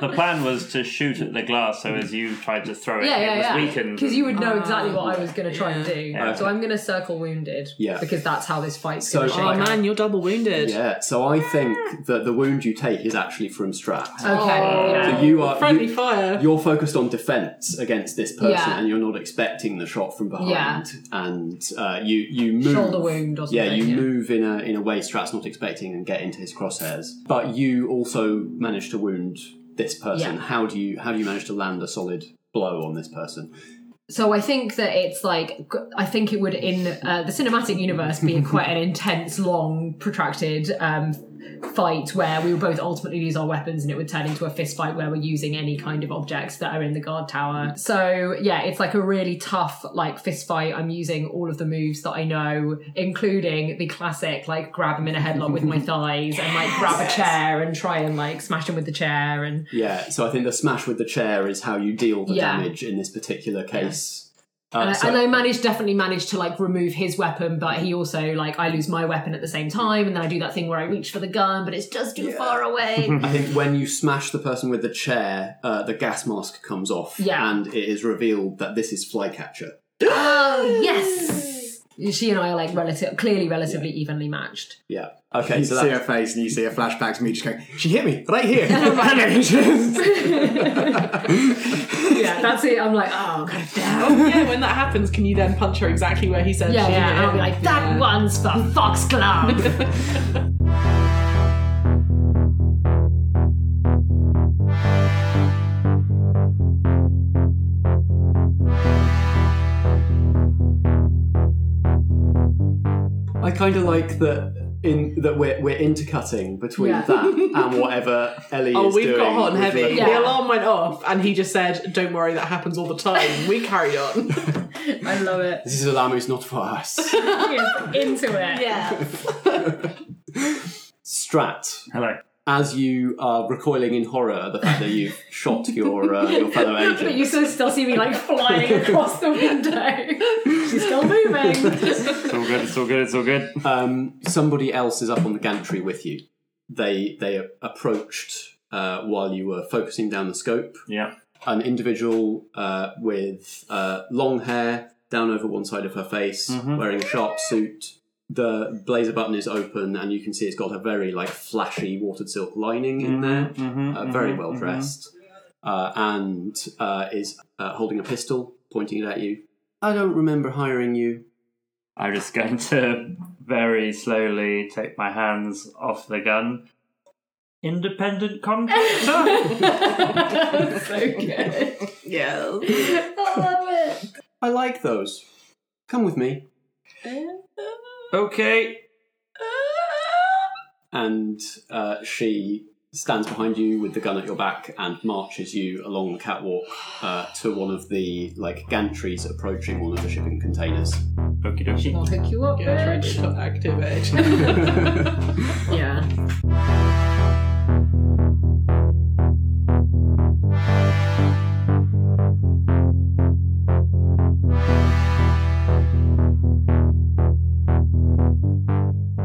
Speaker 6: the plan was to shoot at the glass. So as you tried to throw it,
Speaker 4: yeah,
Speaker 6: it
Speaker 4: yeah,
Speaker 6: was
Speaker 4: yeah.
Speaker 6: weakened.
Speaker 4: Because you would know exactly what I was going to try and do.
Speaker 6: Yeah.
Speaker 4: So I'm going to circle wounded.
Speaker 7: Yeah.
Speaker 4: Because that's how this fight's
Speaker 7: So-
Speaker 4: going to
Speaker 7: Oh,
Speaker 4: shake.
Speaker 5: man, you're double wounded.
Speaker 7: Yeah, so I think that the wound you take is actually from Strat.
Speaker 4: okay.
Speaker 7: So
Speaker 4: yeah.
Speaker 7: you are
Speaker 5: Friendly
Speaker 7: you,
Speaker 5: fire.
Speaker 7: you're focused on defense against this person,
Speaker 4: Yeah.
Speaker 7: and you're not expecting the shot from behind.
Speaker 4: Yeah.
Speaker 7: And uh, you you move
Speaker 4: Shoulder wound or something.
Speaker 7: Yeah, you move in a in a way Strat's not expecting and get into his crosshairs. But you also manage to wound this person.
Speaker 4: Yeah.
Speaker 7: How do you how do you manage to land a solid blow on this person?
Speaker 4: So I think that it's like I think it would in uh, the cinematic universe be quite an intense, long, protracted um, fight where we would both ultimately lose our weapons, and it would turn into a fist fight where we're using any kind of objects that are in the guard tower. So yeah, it's like a really tough like fist fight. I'm using all of the moves that I know, including the classic like grab him in a headlock with my thighs and like grab a chair and try and like smash him with the chair and
Speaker 7: Yeah, so I think the smash with the chair is how you deal the
Speaker 4: Yeah.
Speaker 7: damage in this particular case. Uh,
Speaker 4: And I,
Speaker 7: so-
Speaker 4: and I managed definitely managed to like remove his weapon, but he also like I lose my weapon at the same time, and then I do that thing where I reach for the gun, but it's just too far away.
Speaker 7: I think when you smash the person with the chair, uh, the gas mask comes off,
Speaker 4: Yeah.
Speaker 7: and it is revealed that this is Flycatcher.
Speaker 4: oh yes, she and I are like relative, clearly relatively evenly matched.
Speaker 7: Yeah. Okay.
Speaker 8: You
Speaker 7: So
Speaker 8: see her
Speaker 7: that's,
Speaker 8: face and you see her flashbacks, me just going, She hit me right here. and then it's just-
Speaker 4: Yeah, that's it. I'm like, oh god damn.
Speaker 5: yeah, when that happens, can you then punch her exactly where he said
Speaker 4: Yeah,
Speaker 5: she
Speaker 4: yeah.
Speaker 5: hit?
Speaker 4: And I'll be like, that
Speaker 5: Yeah.
Speaker 4: one's for Foxglove.
Speaker 7: I kind of like that. In that we're we're intercutting between
Speaker 4: Yeah.
Speaker 7: that and whatever Ellie
Speaker 5: Oh,
Speaker 7: is
Speaker 5: we've
Speaker 7: doing.
Speaker 5: got hot and
Speaker 7: with
Speaker 5: heavy.
Speaker 7: the-
Speaker 4: Yeah.
Speaker 5: The alarm went off, and he just said, "Don't worry, that happens all the time." We carried on.
Speaker 4: I love it.
Speaker 7: This is a lamb who's not for us.
Speaker 4: Into it. Yeah.
Speaker 7: Strat.
Speaker 6: hello.
Speaker 7: As you are recoiling in horror at the fact that you have shot your uh, your fellow
Speaker 4: But
Speaker 7: agent.
Speaker 4: you still still see me like flying across the window. She's still moving.
Speaker 6: It's all good. It's all good. It's all good.
Speaker 7: um, somebody else is up on the gantry with you. They they approached uh, while you were focusing down the scope.
Speaker 6: Yeah.
Speaker 7: An individual uh, with uh, long hair down over one side of her face, wearing a sharp suit. The blazer button is open, and you can see it's got a very like flashy watered silk lining in there. uh, very well dressed, uh, and uh, is uh, holding a pistol, pointing it at you. I don't remember hiring you.
Speaker 6: I'm just going to very slowly take my hands off the gun. Independent contractor.
Speaker 4: so good.
Speaker 5: yeah.
Speaker 7: I like those. Come with me.
Speaker 6: okay.
Speaker 7: and uh, she stands behind you with the gun at your back and marches you along the catwalk uh, to one of the like gantries approaching one of the shipping containers.
Speaker 6: Okie dokie.
Speaker 4: I'll hook you up,
Speaker 5: Yeah, try
Speaker 4: bitch.
Speaker 5: to activate.
Speaker 4: Yeah.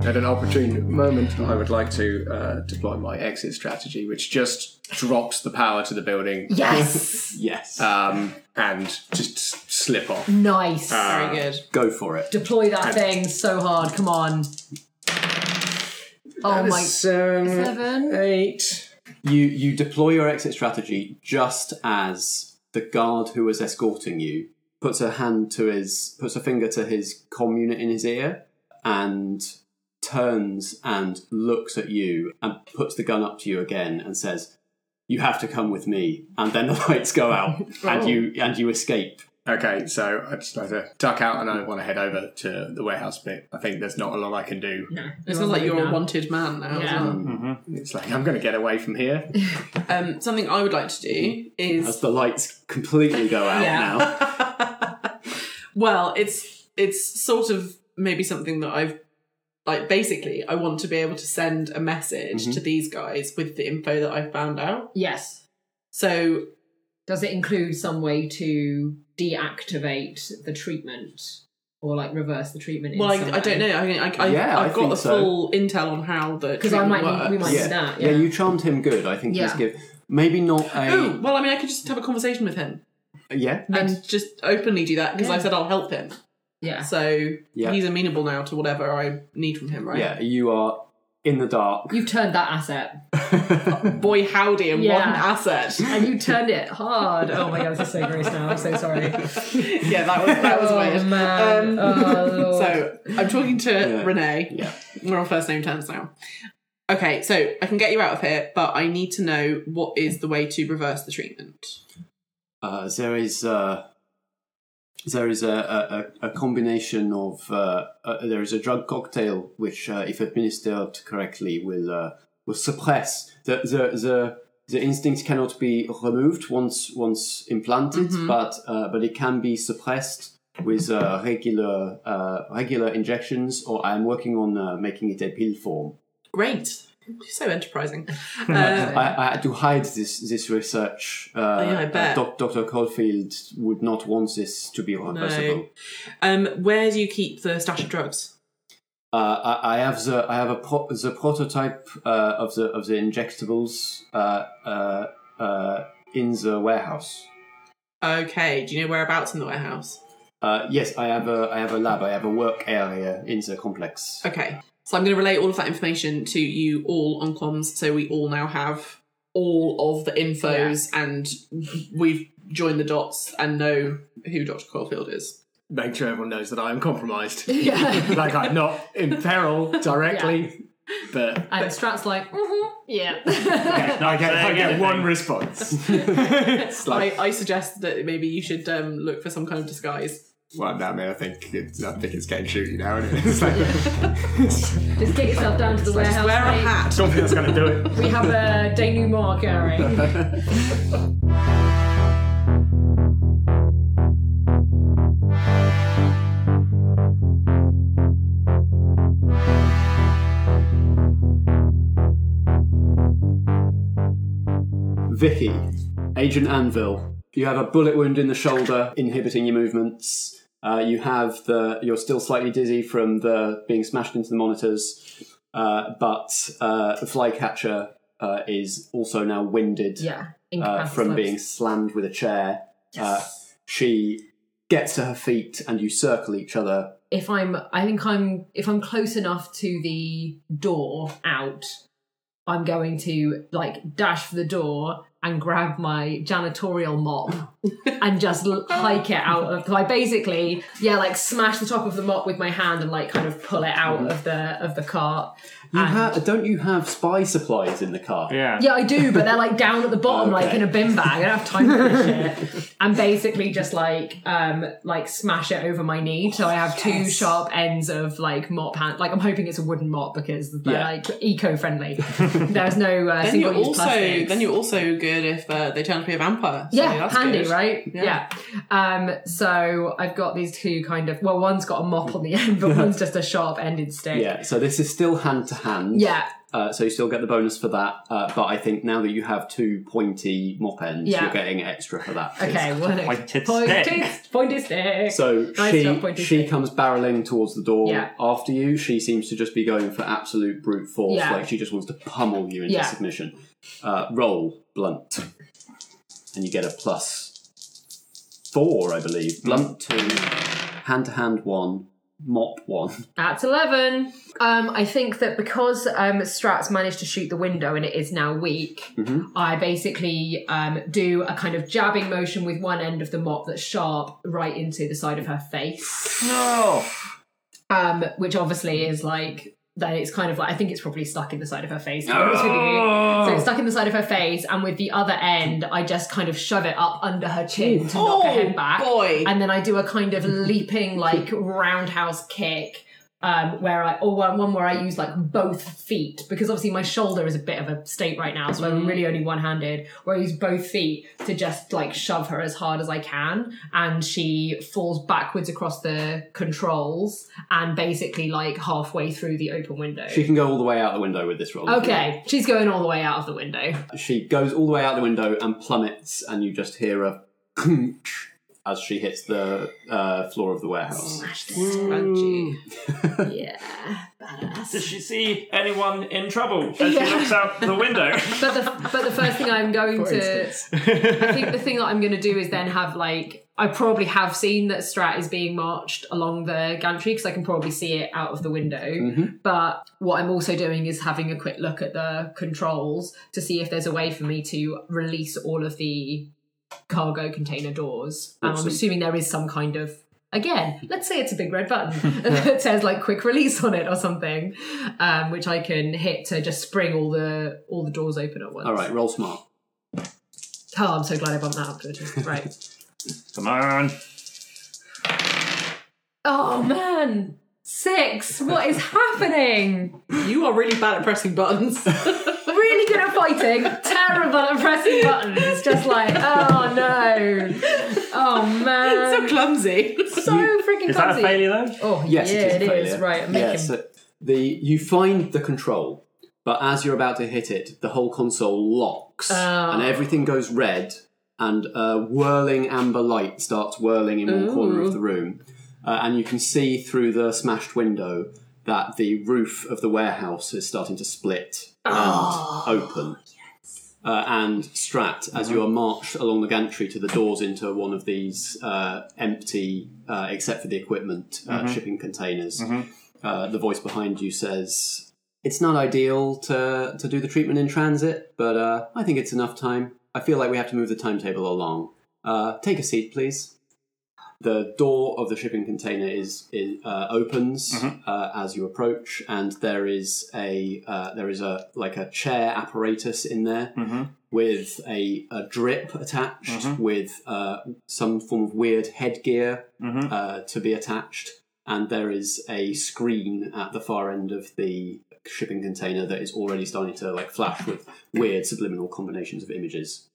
Speaker 8: As
Speaker 9: at an opportune moment, I would like to uh, deploy my exit strategy, which just drops the power to the building
Speaker 4: Yes.
Speaker 7: Yes.
Speaker 9: um, and just s- slip off.
Speaker 4: Oh nice.
Speaker 5: Very good.
Speaker 7: Go for it.
Speaker 4: Deploy that thing so hard. Come on. Oh my.
Speaker 9: Seven,
Speaker 4: Seven.
Speaker 9: eight.
Speaker 7: You you deploy your exit strategy just as the guard who was escorting you puts her hand to his puts her finger to his comm unit in his ear and turns and looks at you and puts the gun up to you again and says, "You have to come with me." And then the lights go out and you and you escape.
Speaker 9: Oh. Okay, so I just like to duck out and I want to head over to the warehouse bit. I think there's not a lot I can do.
Speaker 5: It sounds like you're a wanted man now. as
Speaker 4: Yeah.
Speaker 5: well.
Speaker 9: It's like, I'm going to get away from here.
Speaker 5: Um, something I would like to do
Speaker 7: As
Speaker 5: is
Speaker 7: the lights completely go out
Speaker 4: Yeah.
Speaker 7: now.
Speaker 5: well, it's it's sort of maybe something that I've like basically I want to be able to send a message
Speaker 7: Mm-hmm.
Speaker 5: to these guys with the info that I've found out.
Speaker 4: Yes.
Speaker 5: So
Speaker 4: Does it include some way to deactivate the treatment or like reverse the treatment? in
Speaker 5: well,
Speaker 4: some
Speaker 5: I, I
Speaker 4: way?
Speaker 5: don't know. I, I, I
Speaker 7: Yeah, I
Speaker 5: I've got
Speaker 7: think
Speaker 5: the
Speaker 7: so.
Speaker 5: full intel on how the
Speaker 4: Because I might
Speaker 5: treatment
Speaker 4: need, we
Speaker 5: works.
Speaker 4: might need that. Yeah.
Speaker 7: yeah. you charmed him good. I think he's
Speaker 4: Yeah.
Speaker 7: give maybe not a
Speaker 5: Oh well, I mean, I could just have a conversation with him
Speaker 7: yeah.
Speaker 5: and just openly do that because I
Speaker 4: Yeah.
Speaker 5: said I'll help him.
Speaker 4: yeah.
Speaker 5: So
Speaker 7: Yeah.
Speaker 5: he's amenable now to whatever I need from him, right?
Speaker 7: Yeah, you are in the dark.
Speaker 4: You've turned that asset.
Speaker 5: Boy, howdy, and
Speaker 4: Yeah.
Speaker 5: what an asset.
Speaker 4: And you turned it hard. Oh my god, this is so gross now. I'm so sorry.
Speaker 5: yeah, that was that was
Speaker 4: Oh,
Speaker 5: weird. Um,
Speaker 4: man. Oh, Lord.
Speaker 5: So I'm talking to
Speaker 7: Yeah.
Speaker 5: Renee.
Speaker 7: Yeah.
Speaker 5: We're on first name terms now. Okay, so I can get you out of here, but I need to know what is the way to reverse the treatment.
Speaker 7: Uh, there is uh, there is a, a, a a combination of uh, uh, there is a drug cocktail which, uh, if administered correctly, will uh, will suppress the the the. The instinct cannot be removed once once implanted,
Speaker 5: Mm-hmm.
Speaker 7: but uh, but it can be suppressed with uh, regular uh, regular injections. Or I'm working on uh, making it a pill form.
Speaker 5: Great. So enterprising. Uh,
Speaker 7: I, I had to hide this this research. Uh,
Speaker 5: Oh, yeah, I bet.
Speaker 7: uh, Doc, Dr. Caulfield would not want this to be reversible.
Speaker 5: um, where do you keep the stash of drugs?
Speaker 7: Uh, I, I have the I have a pro- the prototype uh, of the of the injectables uh, uh, uh, in the warehouse.
Speaker 5: Okay, do you know whereabouts in the warehouse?
Speaker 7: Uh, yes, I have a I have a lab. I have a work area in the complex.
Speaker 5: Okay. So I'm going to relay all of that information to you all on comms so we all now have all of the infos and we've joined the dots and know who Dr. Caulfield is.
Speaker 9: Make sure everyone knows that I am compromised.
Speaker 4: yeah.
Speaker 9: like, I'm not in peril directly, but
Speaker 4: And Strat's like, mm-hmm, yeah.
Speaker 9: I get, I
Speaker 6: saying
Speaker 9: get
Speaker 6: anything.
Speaker 9: one response. it's like,
Speaker 5: I, I suggest that maybe you should um, look for some kind of disguise.
Speaker 9: well, no, I mean, I think it's, I think it's game shooting now, isn't it? It's like,
Speaker 4: Just get yourself down to the warehouse.
Speaker 5: Wear a
Speaker 4: mate.
Speaker 5: hat.
Speaker 9: don't think that's going to do it.
Speaker 4: We have a denouement going.
Speaker 7: Vicky, Agent Anvil. You have a bullet wound in the shoulder, inhibiting your movements. Uh, you have the. You're still slightly dizzy from the being smashed into the monitors, uh, but uh, the flycatcher uh, is also now winded
Speaker 4: Yeah.
Speaker 7: uh,
Speaker 4: incapacitated.
Speaker 7: from being slammed with a chair. Uh, she gets to her feet, and you circle each other.
Speaker 4: if I'm I think I'm if I'm close enough to the door out, I'm going to like dash for the door and grab my janitorial mop and just l- hike it out of so I basically yeah like smash the top of the mop with my hand and like kind of pull it out of the of the cart.
Speaker 7: Mm. You ha- Uh, don't you have spy supplies in the car?
Speaker 6: Yeah.
Speaker 4: Yeah, I do, but they're like down at the bottom, like
Speaker 7: Okay.
Speaker 4: in a bin bag. I don't have time for this shit. And basically just like um like smash it over my knee. So I have two sharp ends of like mop hand like I'm hoping it's a wooden mop because they're
Speaker 7: Yeah.
Speaker 4: like eco-friendly. There's no uh,
Speaker 5: Then you're
Speaker 4: single use
Speaker 5: also
Speaker 4: plastics.
Speaker 5: then you're also good if uh, they turn out to be a vampire. So
Speaker 4: yeah,
Speaker 5: that's
Speaker 4: handy,
Speaker 5: good.
Speaker 4: right?
Speaker 5: Yeah.
Speaker 4: Yeah. Um, so I've got these two kind of well, one's got a mop on the end, but one's just a sharp-ended stick.
Speaker 7: Yeah. So this is still hand to hand.
Speaker 4: Yeah,
Speaker 7: Uh, so you still get the bonus for that, uh, but I think now that you have two pointy mop ends,
Speaker 4: Yeah.
Speaker 7: you're getting extra for that.
Speaker 4: Okay, well, no.
Speaker 6: Pointed
Speaker 4: Pointed
Speaker 6: stick.
Speaker 4: Pointed stick.
Speaker 7: So
Speaker 4: Nice job,
Speaker 7: she
Speaker 4: pointy
Speaker 7: she
Speaker 4: stick.
Speaker 7: comes barreling towards the door
Speaker 4: Yeah.
Speaker 7: after you. She seems to just be going for absolute brute force,
Speaker 4: Yeah.
Speaker 7: like she just wants to pummel you into
Speaker 4: Yeah.
Speaker 7: submission. Uh, roll blunt, and you get a plus four, I believe. Blunt two, hand to hand one, mop one.
Speaker 4: That's 11. Um, I think that because um, Strats managed to shoot the window and it is now weak, I basically um, do a kind of jabbing motion with one end of the mop that's sharp right into the side of her face. No! Um, which obviously is like, then it's kind of like, I think it's probably stuck in the side of her face. to be honest with
Speaker 6: Oh.
Speaker 4: you. So it's stuck in the side of her face, and with the other end, I just kind of shove it up under her chin to knock her head back.
Speaker 5: Oh, boy.
Speaker 4: And then I do a kind of leaping, like roundhouse kick, um, where I or one one where I use like both feet because obviously my shoulder is a bit of a state right now, so I'm really only one handed. Where I use both feet to just like shove her as hard as I can, and she falls backwards across the controls and basically like halfway through the open window.
Speaker 7: She can go all the way out the window with this roll. if you
Speaker 4: Okay, she's going all the way out of the window.
Speaker 7: She goes all the way out the window and plummets, and you just hear a as she hits the uh, floor of the warehouse.
Speaker 5: Crunchy.
Speaker 4: Yeah, badass.
Speaker 6: Does she see anyone in trouble as
Speaker 4: Yeah.
Speaker 6: she looks out the window?
Speaker 4: But the but the first thing I'm going to I think the thing that I'm going to do is then have like I probably have seen that Strat is being marched along the gantry because I can probably see it out of the window.
Speaker 7: Mm-hmm.
Speaker 4: But what I'm also doing is having a quick look at the controls to see if there's a way for me to release all of the cargo container doors. And I'm
Speaker 7: Awesome.
Speaker 4: assuming there is some kind of again, let's say it's a big red button that says like quick release on it or something, um, which I can hit to just spring all the all the doors open at once.
Speaker 7: All right, roll smart.
Speaker 4: Oh, I'm so glad I bumped that up. Good. Right.
Speaker 6: Come on.
Speaker 4: Oh man, six. What is happening?
Speaker 5: You are really bad at pressing buttons.
Speaker 4: Really good at fighting. Terrible at pressing buttons. Just like, oh no. Oh
Speaker 5: so
Speaker 4: man.
Speaker 5: clumsy.
Speaker 4: So, freaking
Speaker 6: Is that a
Speaker 4: clumsy.
Speaker 6: failure though?
Speaker 4: Oh
Speaker 7: Yes,
Speaker 4: yeah,
Speaker 7: it is. a failure.
Speaker 4: Right, I'm
Speaker 7: yeah,
Speaker 4: making.
Speaker 7: so the you find the control, but as you're about to hit it, the whole console locks
Speaker 4: Oh.
Speaker 7: and everything goes red, and a whirling amber light starts whirling in one corner of the room, uh, and you can see through the smashed window that the roof of the warehouse is starting to split and open. Uh, and Strat, as you are marched along the gantry to the doors into one of these uh, empty, uh, except for the equipment, uh, shipping containers, uh, the voice behind you says, "It's not ideal to to do the treatment in transit, but uh, I think it's enough time. I feel like we have to move the timetable along. Uh, take a seat, please." The door of the shipping container is, is uh, opens uh, as you approach, and there is a uh, there is a like a chair apparatus in there with a, a drip attached, with uh, some form of weird headgear uh, to be attached, and there is a screen at the far end of the shipping container that is already starting to like flash with weird subliminal combinations of images.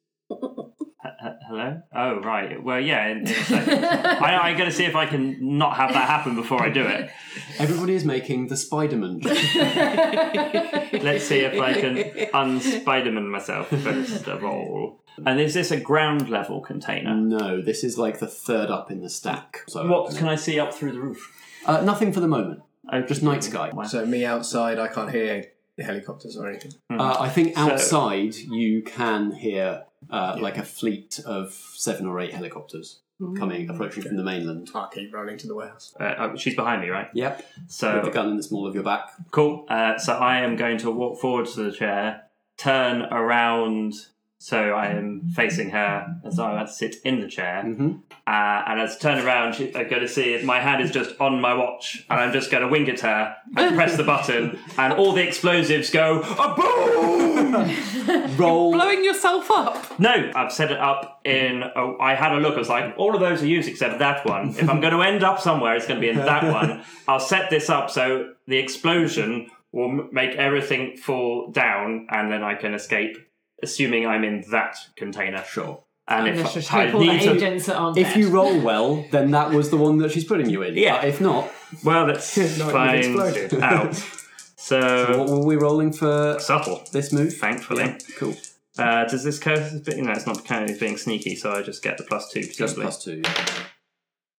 Speaker 6: Uh, hello? Oh, right. Well, yeah. In, in a second. I, I'm going to see if I can not have that happen before I do it.
Speaker 7: Everybody is making the Spider-Man. joke.
Speaker 6: Let's see if I can unspiderman myself first of all. And is this a ground level container?
Speaker 7: no, this is like the third up in the stack. So
Speaker 6: What can I see up through the roof?
Speaker 7: Uh, nothing for the moment.
Speaker 6: Oh,
Speaker 7: Just night sky.
Speaker 9: So me outside, I can't hear the helicopters or anything.
Speaker 7: Uh, I think outside you can hear uh, like a fleet of seven or eight helicopters coming approaching from the mainland.
Speaker 9: I keep running to the warehouse.
Speaker 6: Uh, oh, she's behind me, right?
Speaker 7: Yep, with the
Speaker 6: So
Speaker 7: gun in the small of your back.
Speaker 6: cool. Uh, so I am going to walk forward to the chair, turn around, so I am facing her as I want to sit in the chair.
Speaker 7: Mhm.
Speaker 6: Uh, and as I turn around, she- I'm going to see it. My hand is just on my watch, and I'm just going to wink at her and press the button, and all the explosives go boom.
Speaker 7: Roll.
Speaker 5: Blowing yourself up.
Speaker 6: No, I've set it up in. Oh, I had a look. I was like, all of those are used except that one. If I'm going to end up somewhere, it's going to be in that one. I'll set this up so the explosion will m- make everything fall down, and then I can escape, assuming I'm in that container.
Speaker 7: Sure.
Speaker 6: And
Speaker 4: Let's
Speaker 6: if
Speaker 4: just
Speaker 6: I
Speaker 4: hope all the
Speaker 6: need to,
Speaker 4: agents that aren't
Speaker 7: If
Speaker 4: dead.
Speaker 7: you roll well, then that was the one that she's putting you in.
Speaker 6: Yeah.
Speaker 7: But if not,
Speaker 6: well, let's
Speaker 9: No, it
Speaker 6: find
Speaker 9: exploded.
Speaker 6: out. So
Speaker 7: What were we rolling for
Speaker 6: subtle,
Speaker 7: this move?
Speaker 6: Uh, thankfully.
Speaker 7: Yeah, cool.
Speaker 6: Uh, does this curse? You know, it's not counted as being sneaky, so I just get the plus two.
Speaker 7: Just
Speaker 6: Presumably.
Speaker 7: plus two.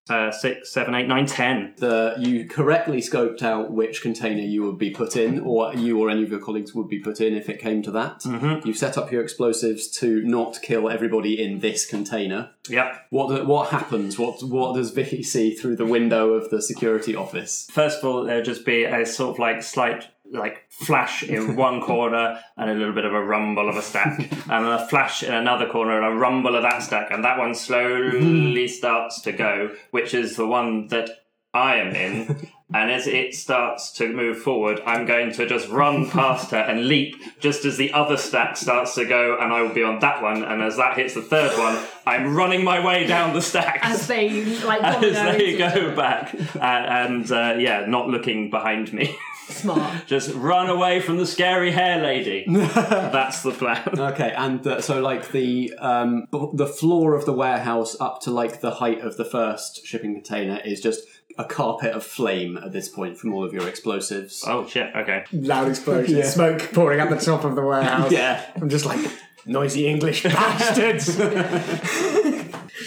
Speaker 6: Uh, six, seven, eight, nine, ten.
Speaker 7: The, you correctly scoped out which container you would be put in, or you or any of your colleagues would be put in if it came to that. You've set up your explosives to not kill everybody in this container.
Speaker 6: Yep.
Speaker 7: What do- what happens? What what does Vicky see through the window of the security office?
Speaker 6: First of all, there'll just be a sort of like slight like flash in one corner and a little bit of a rumble of a stack, and then a flash in another corner and a rumble of that stack, and that one slowly starts to go, which is the one that I am in. And as it starts to move forward, I'm going to just run past her and leap just as the other stack starts to go, and I will be on that one. And as that hits the third one, I'm running my way down the stacks
Speaker 4: As they like
Speaker 6: as they
Speaker 4: dominoes.
Speaker 6: go back uh, and uh, yeah not looking behind me
Speaker 4: smart.
Speaker 6: just run away from the scary hair lady that's the plan
Speaker 7: Okay, and uh, so like the um, b- the floor of the warehouse up to like the height of the first shipping container is just a carpet of flame at this point from all of your explosives.
Speaker 6: oh shit okay
Speaker 8: Loud explosion, smoke pouring out the top of the warehouse.
Speaker 7: Yeah.
Speaker 8: I'm just like, noisy English bastards.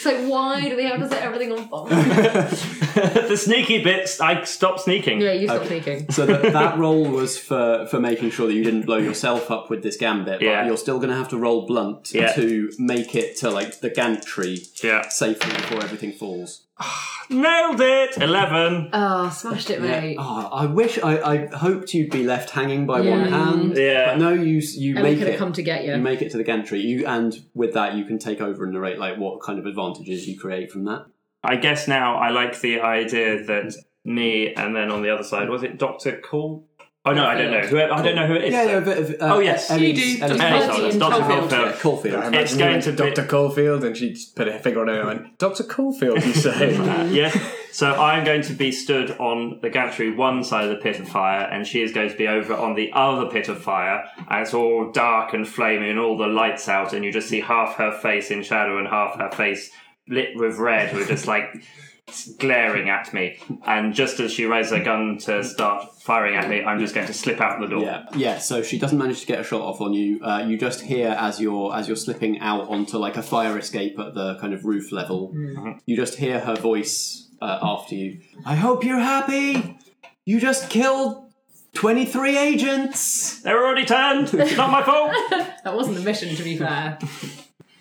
Speaker 4: So why do we have to set everything on fire?
Speaker 6: the sneaky bits i stopped sneaking
Speaker 4: yeah, you stop thinking.
Speaker 7: So that, that roll was for, for making sure that you didn't blow yourself up with this gambit. but
Speaker 6: Yeah.
Speaker 7: You're still going to have to roll blunt
Speaker 6: Yeah.
Speaker 7: to make it to like the gantry
Speaker 6: Yeah.
Speaker 7: safely before everything falls.
Speaker 6: nailed it 11
Speaker 4: Oh, smashed it, mate.
Speaker 7: Ah, I wish I, I hoped you'd be left hanging by one
Speaker 4: Yeah.
Speaker 7: hand.
Speaker 6: Yeah.
Speaker 7: But no, you s- you
Speaker 4: and we
Speaker 7: make
Speaker 4: could have
Speaker 7: it.
Speaker 4: come to get you.
Speaker 7: you make it to the gantry. You and with that you can take over and narrate like what kind of advantages you create from that.
Speaker 6: i guess now i like the idea that me and then on the other side was it dr cool oh no i don't know who i don't know who it is
Speaker 7: Yeah,
Speaker 6: though.
Speaker 7: yeah. A bit of, uh,
Speaker 6: Oh, yes. You
Speaker 7: Ellie's-
Speaker 5: do.
Speaker 7: Ellie's-
Speaker 6: Hey,
Speaker 4: Colefield.
Speaker 6: sorry, it's dr
Speaker 5: Colefield.
Speaker 7: Yeah,
Speaker 6: Coolfield.
Speaker 8: I
Speaker 7: Caulfield.
Speaker 8: imagine
Speaker 6: It's
Speaker 8: you
Speaker 6: going
Speaker 8: went
Speaker 6: to be-
Speaker 8: Dr. Caulfield, and she just put her finger on her and went, Dr. Caulfield, you say?
Speaker 6: Uh, Yeah. So I'm going to be stood on the gantry one side of the pit of fire, and she is going to be over on the other pit of fire. And it's all dark and flaming, and all the lights out, and you just see half her face in shadow and half her face lit with red, who are just like glaring at me. And just as she raises her gun to start firing at me, I'm just going to slip out the door.
Speaker 7: Yeah, yeah. So she doesn't manage to get a shot off on you. Uh, you just hear as you're as you're slipping out onto like a fire escape at the kind of roof level. You just hear her voice uh, after you. I hope you're happy. You just killed twenty three agents.
Speaker 6: They're already turned. It's not my fault.
Speaker 4: That wasn't the mission, to be fair.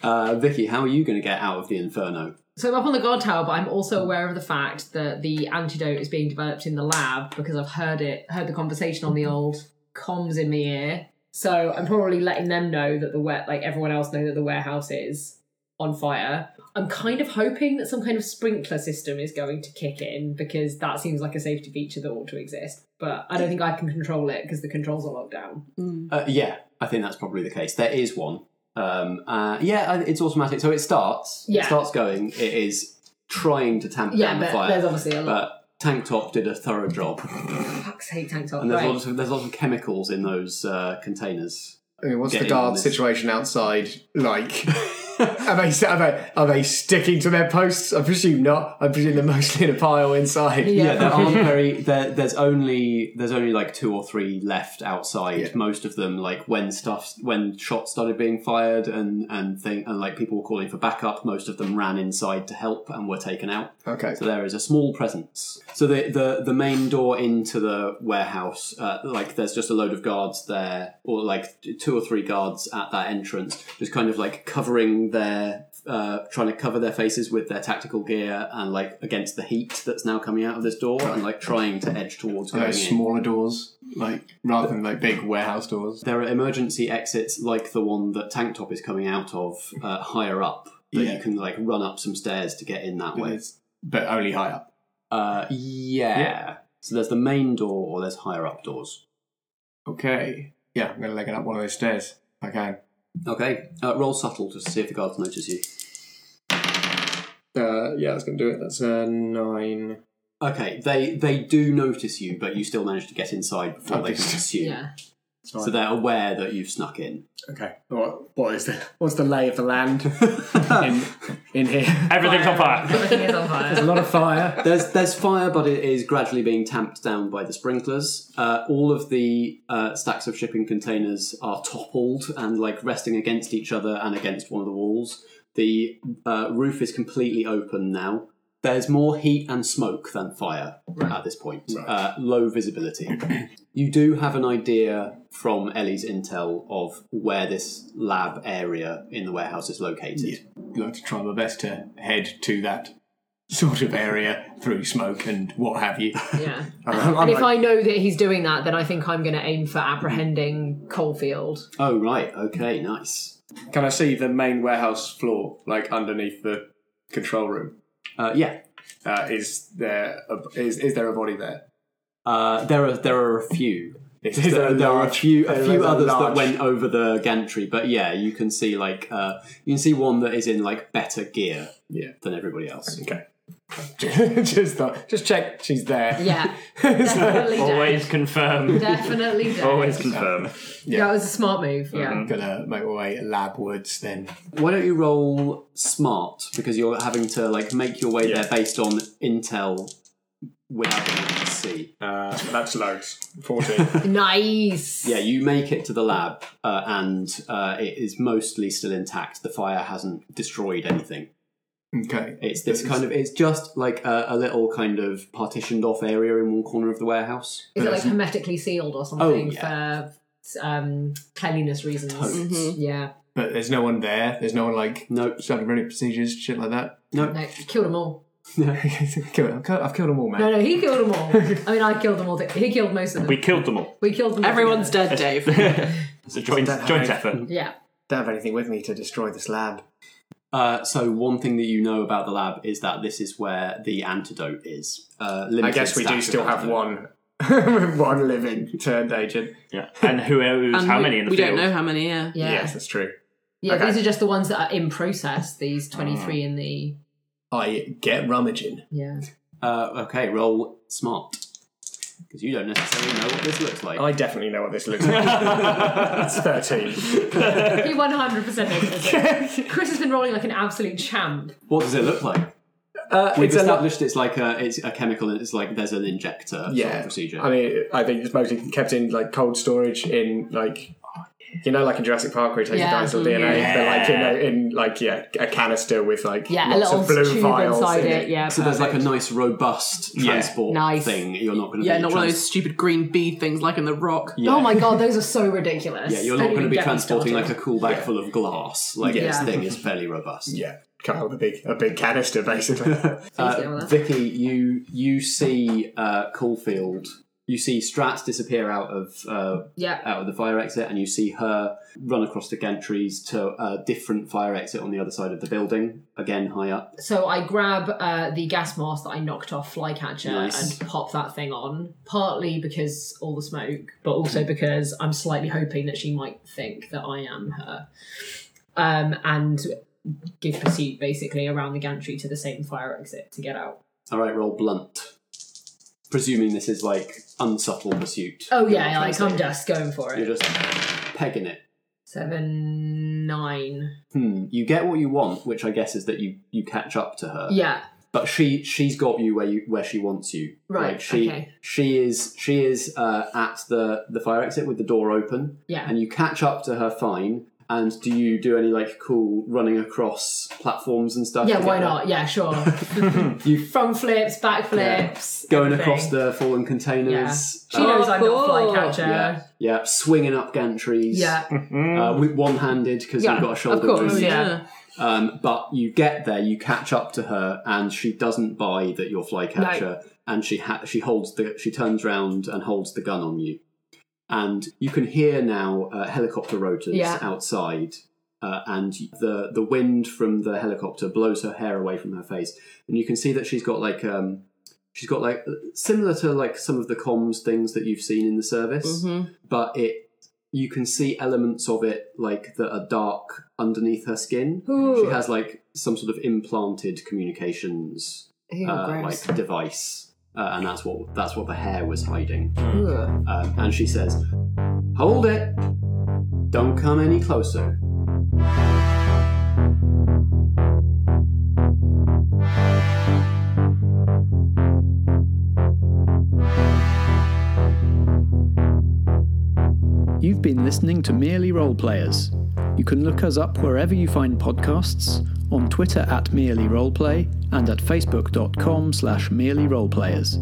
Speaker 7: Uh, Vicky, how are you going to get out of the inferno?
Speaker 4: So I'm up on the guard tower, but I'm also aware of the fact that the antidote is being developed in the lab because I've heard it, heard the conversation on the old comms in my ear. So I'm probably letting them know that the wet, like everyone else, know that the warehouse is on fire. I'm kind of hoping that some kind of sprinkler system is going to kick in because that seems like a safety feature that ought to exist. But I don't think I can control it because the controls are locked down.
Speaker 7: Uh, yeah, I think that's probably the case. There is one. Um, uh, yeah, I- it's automatic. So it starts. It
Speaker 4: Yeah.
Speaker 7: starts going. It is trying to tamp
Speaker 4: Yeah,
Speaker 7: down the
Speaker 4: but
Speaker 7: fire.
Speaker 4: there's obviously a lot.
Speaker 7: but Tank Top did a thorough job.
Speaker 4: Fuck's sake, tank top.
Speaker 7: And there's
Speaker 4: right.
Speaker 7: lots of there's lots of chemicals in those uh, containers.
Speaker 8: I mean, what's
Speaker 7: Getting
Speaker 8: the
Speaker 7: on
Speaker 8: guard
Speaker 7: this.
Speaker 8: situation outside like? are, they, are, they, are they sticking to their posts? I presume not. I presume they're mostly in a pile inside.
Speaker 4: Yeah.
Speaker 7: Yeah, there aren't very there, there's only there's only like two or three left outside.
Speaker 8: Yeah.
Speaker 7: Most of them like when stuff when shots started being fired and and thing and like people were calling for backup. Most of them ran inside to help and were taken out.
Speaker 8: Okay.
Speaker 7: So there is a small presence. So the the, the main door into the warehouse, uh, like there's just a load of guards there, or like t- two or three guards at that entrance, just kind of like covering their, uh, trying to cover their faces with their tactical gear and like against the heat that's now coming out of this door and like trying to edge towards
Speaker 8: Are
Speaker 7: going in.
Speaker 8: those smaller doors, like rather than like big warehouse doors?
Speaker 7: There are emergency exits like the one that Tank Top is coming out of uh, higher up that
Speaker 8: Yeah.
Speaker 7: you can like run up some stairs to get in that way.
Speaker 8: It's- But only high up.
Speaker 7: Uh, yeah. So there's the main door, or there's higher up doors.
Speaker 8: Okay. Yeah, I'm going to leg it up one of those stairs. if I can.
Speaker 7: Okay. Uh, roll subtle to see if the guards notice you.
Speaker 8: Uh, yeah, that's going to do it. That's a nine.
Speaker 7: Okay. They they do notice you, but you still manage to get inside before they can
Speaker 8: Obviously.
Speaker 7: pursue.
Speaker 4: yeah.
Speaker 9: fine.
Speaker 7: So they're aware that you've snuck in.
Speaker 9: Okay. What, what is the what's the lay of the land in, in here?
Speaker 6: Everything's on fire.
Speaker 4: Everything is on
Speaker 8: A
Speaker 4: fire.
Speaker 8: lot of fire.
Speaker 7: There's there's fire, but it is gradually being tamped down by the sprinklers. Uh, all of the uh, stacks of shipping containers are toppled and like resting against each other and against one of the walls. The uh, roof is completely open now. There's more heat and smoke than fire at this point. Uh, low visibility. you do have an idea from Ellie's intel of where this lab area in the warehouse is located.
Speaker 9: like to try my best to head to that sort of area through smoke and what have you.
Speaker 4: Yeah.
Speaker 9: I'm, I'm
Speaker 4: And if
Speaker 9: like,
Speaker 4: I know that he's doing that, then I think I'm going to aim for apprehending Coalfield.
Speaker 7: Oh right, okay, nice.
Speaker 9: can I see the main warehouse floor, like underneath the control room?
Speaker 7: Uh, yeah,
Speaker 9: Uh, is there a, is is there a body there?
Speaker 7: Uh, there are there are a few.
Speaker 9: Is
Speaker 7: There,
Speaker 9: a
Speaker 7: there are a
Speaker 9: large-
Speaker 7: few a
Speaker 9: there
Speaker 7: few
Speaker 9: is
Speaker 7: others that
Speaker 9: large-
Speaker 7: went over the gantry, but yeah, you can see like uh, you can see one that is in like better gear
Speaker 9: Yeah.
Speaker 7: than everybody else.
Speaker 9: Okay. just thought, just check she's there.
Speaker 4: Yeah.
Speaker 9: It's like,
Speaker 4: Definitely dead.
Speaker 6: Always confirm.
Speaker 4: Definitely dead.
Speaker 6: Always confirm.
Speaker 4: Yeah, it was a smart move. Yeah.
Speaker 9: gonna make my way labwards then.
Speaker 7: Why don't you roll smart because you're having to like make your way there based on intel without being able to see.
Speaker 9: Uh, that's loads. Fourteen.
Speaker 4: Nice.
Speaker 7: Yeah, you make it to the lab uh, and uh, it is mostly still intact. The fire hasn't destroyed anything.
Speaker 9: okay.
Speaker 7: It's this kind of. It's just like a, a little kind of partitioned off area in one corner of the warehouse.
Speaker 4: Is it like hermetically sealed or something for um, cleanliness reasons? Yeah.
Speaker 9: But there's no one there. There's no one like
Speaker 7: No,
Speaker 9: starting running procedures, shit like that.
Speaker 4: No, killed them all.
Speaker 9: Kill- I've, killed, I've killed them all, man.
Speaker 4: No, no, he killed them all. I mean, I killed them all. He killed most of them.
Speaker 6: We
Speaker 4: We,
Speaker 6: killed them all.
Speaker 4: killed them. all
Speaker 5: Everyone's
Speaker 4: together.
Speaker 5: dead, Dave.
Speaker 6: It's a joint
Speaker 9: Don't have
Speaker 6: joint
Speaker 9: any-
Speaker 6: effort.
Speaker 4: Yeah.
Speaker 9: Don't have anything with me to destroy this lab.
Speaker 7: Uh, so one thing that you know about the lab is that this is where the antidote is. Uh,
Speaker 9: I
Speaker 7: limited
Speaker 9: guess we do
Speaker 7: stacks of
Speaker 9: still have
Speaker 7: antidote.
Speaker 9: one, one living turned agent.
Speaker 6: Yeah. And who who was
Speaker 5: And
Speaker 6: how
Speaker 5: we-
Speaker 6: many in the
Speaker 5: We
Speaker 6: field?
Speaker 5: don't know how many. Yeah.
Speaker 4: Yeah.
Speaker 9: Yes, that's true.
Speaker 4: Yeah,
Speaker 9: Okay.
Speaker 4: these are just the ones that are in process. These twenty-three in the
Speaker 9: I get rummaging.
Speaker 4: yeah.
Speaker 7: Uh, okay, roll smart because you don't necessarily know what this looks like.
Speaker 9: I definitely know what this looks like. That's thirteen.
Speaker 4: He one hundred percent Chris has been rolling like an absolute champ.
Speaker 7: What does it look like?
Speaker 9: Uh,
Speaker 7: We've
Speaker 9: it's a lot.
Speaker 7: established it's like a it's a chemical. It's like there's an injector sort
Speaker 9: Yeah,
Speaker 7: of procedure.
Speaker 9: I mean, I think it's mostly kept in like cold storage in like. You know, like in Jurassic Park, where he takes
Speaker 4: Yeah.
Speaker 9: the dinosaur DNA, but like in, a, in like yeah, a canister with like
Speaker 4: Yeah,
Speaker 9: lots
Speaker 4: a little
Speaker 9: of blue
Speaker 4: tube
Speaker 9: vials
Speaker 4: inside
Speaker 9: in
Speaker 4: it. Yeah.
Speaker 7: so there's like a nice robust transport
Speaker 4: Nice.
Speaker 7: thing. You're not going to
Speaker 5: Yeah,
Speaker 7: be
Speaker 5: not one of
Speaker 7: trans-
Speaker 5: those stupid green bead things like in The Rock.
Speaker 4: Oh my god, those are so ridiculous.
Speaker 7: Yeah, you're not
Speaker 4: Don't
Speaker 7: going to
Speaker 4: even
Speaker 7: be
Speaker 4: get me
Speaker 7: transporting
Speaker 4: started.
Speaker 7: like a cool bag full of glass. Like
Speaker 9: Yeah.
Speaker 7: this thing is fairly robust.
Speaker 9: Yeah, kind of a big a big canister basically.
Speaker 4: deal
Speaker 7: Uh,
Speaker 4: with that.
Speaker 7: Vicky, you you see uh, Caulfield. You see Strats disappear out of uh,
Speaker 4: Yeah.
Speaker 7: out of the fire exit, and you see her run across the gantries to a different fire exit on the other side of the building. Again, high up.
Speaker 4: So I grab uh, the gas mask that I knocked off Flycatcher
Speaker 7: Nice.
Speaker 4: and pop that thing on, partly because all the smoke, but
Speaker 7: Hmm.
Speaker 4: also because I'm slightly hoping that she might think that I am her. Um, and give pursuit basically around the gantry to the same fire exit to get out.
Speaker 7: All right, roll blunt. Presuming this is like unsubtle pursuit.
Speaker 4: Oh, yeah, like I'm just going for
Speaker 7: You're
Speaker 4: it.
Speaker 7: just pegging it.
Speaker 4: Seven, nine.
Speaker 7: Hmm. You get what you want, which I guess is that you you catch up to her.
Speaker 4: Yeah,
Speaker 7: but she she's got you where you where she wants you.
Speaker 4: Right,
Speaker 7: Like, she
Speaker 4: okay.
Speaker 7: she is she is uh, at the the fire exit with the door open.
Speaker 4: Yeah.
Speaker 7: And you catch up to her fine. And do you do any like cool running across platforms and stuff?
Speaker 4: yeah,
Speaker 7: to
Speaker 4: why
Speaker 7: get
Speaker 4: not? Yeah, sure. Front flips, back flips.
Speaker 7: that? Going
Speaker 4: everything.
Speaker 7: across the fallen containers. uh,
Speaker 4: She knows I'm
Speaker 5: Oh,
Speaker 4: not
Speaker 5: cool.
Speaker 4: Flycatcher.
Speaker 7: yeah, yeah, swinging up gantries.
Speaker 4: yeah.
Speaker 7: uh, with one handed because
Speaker 4: Yeah,
Speaker 7: you've got a
Speaker 4: of
Speaker 7: shoulder
Speaker 4: course,
Speaker 7: wound.
Speaker 4: yeah.
Speaker 7: Um, but you get there, you catch up to her, and she doesn't buy that you're flycatcher, and she ha- she holds the she turns round and holds the gun on you, and you can hear now uh, helicopter rotors
Speaker 4: Yeah.
Speaker 7: outside, uh, and the the wind from the helicopter blows her hair away from her face, and you can see that she's got like um she's got like similar to like some of the comms things that you've seen in the service, but it you can see elements of it like that are dark underneath her skin. She has like some sort of implanted communications
Speaker 4: Ew,
Speaker 7: uh,
Speaker 4: Oh, gross.
Speaker 7: like device uh, and that's what that's what the hair was hiding.
Speaker 4: Ugh.
Speaker 7: Um, and she says, "Hold it! Don't come any closer."
Speaker 1: You've been listening to Merely Role Players. You can look us up wherever you find podcasts, on Twitter at Merely Roleplay, and at facebook.com slash merely roleplayers.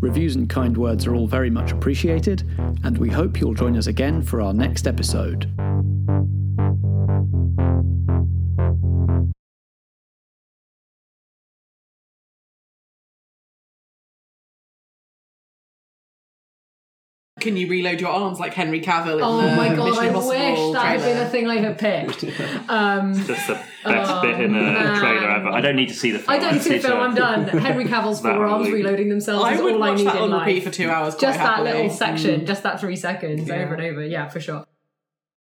Speaker 1: Reviews and kind words are all very much appreciated, and we hope you'll join us again for our next episode.
Speaker 5: Can you reload your arms like Henry Cavill in
Speaker 4: Oh
Speaker 7: uh,
Speaker 5: the
Speaker 4: my god,
Speaker 5: Mission
Speaker 4: I
Speaker 5: Impossible
Speaker 4: wish that had
Speaker 5: trailer?
Speaker 4: been a thing I had picked. Um,
Speaker 6: That's the best
Speaker 4: Oh,
Speaker 6: bit in a
Speaker 4: man.
Speaker 6: trailer ever. I don't need to see the film.
Speaker 4: I don't need to see the
Speaker 6: just
Speaker 4: film, I'm
Speaker 6: to-
Speaker 4: done. Henry Cavill's
Speaker 6: That
Speaker 4: forearms
Speaker 6: one.
Speaker 4: reloading themselves
Speaker 5: I
Speaker 4: is
Speaker 5: would
Speaker 4: all I
Speaker 5: watch
Speaker 4: need
Speaker 5: that
Speaker 4: in
Speaker 5: on repeat
Speaker 4: life.
Speaker 5: for two hours.
Speaker 4: Just
Speaker 5: quite
Speaker 4: that
Speaker 5: happily.
Speaker 7: Mm.
Speaker 4: little section, just that three seconds over and over. Yeah, for sure.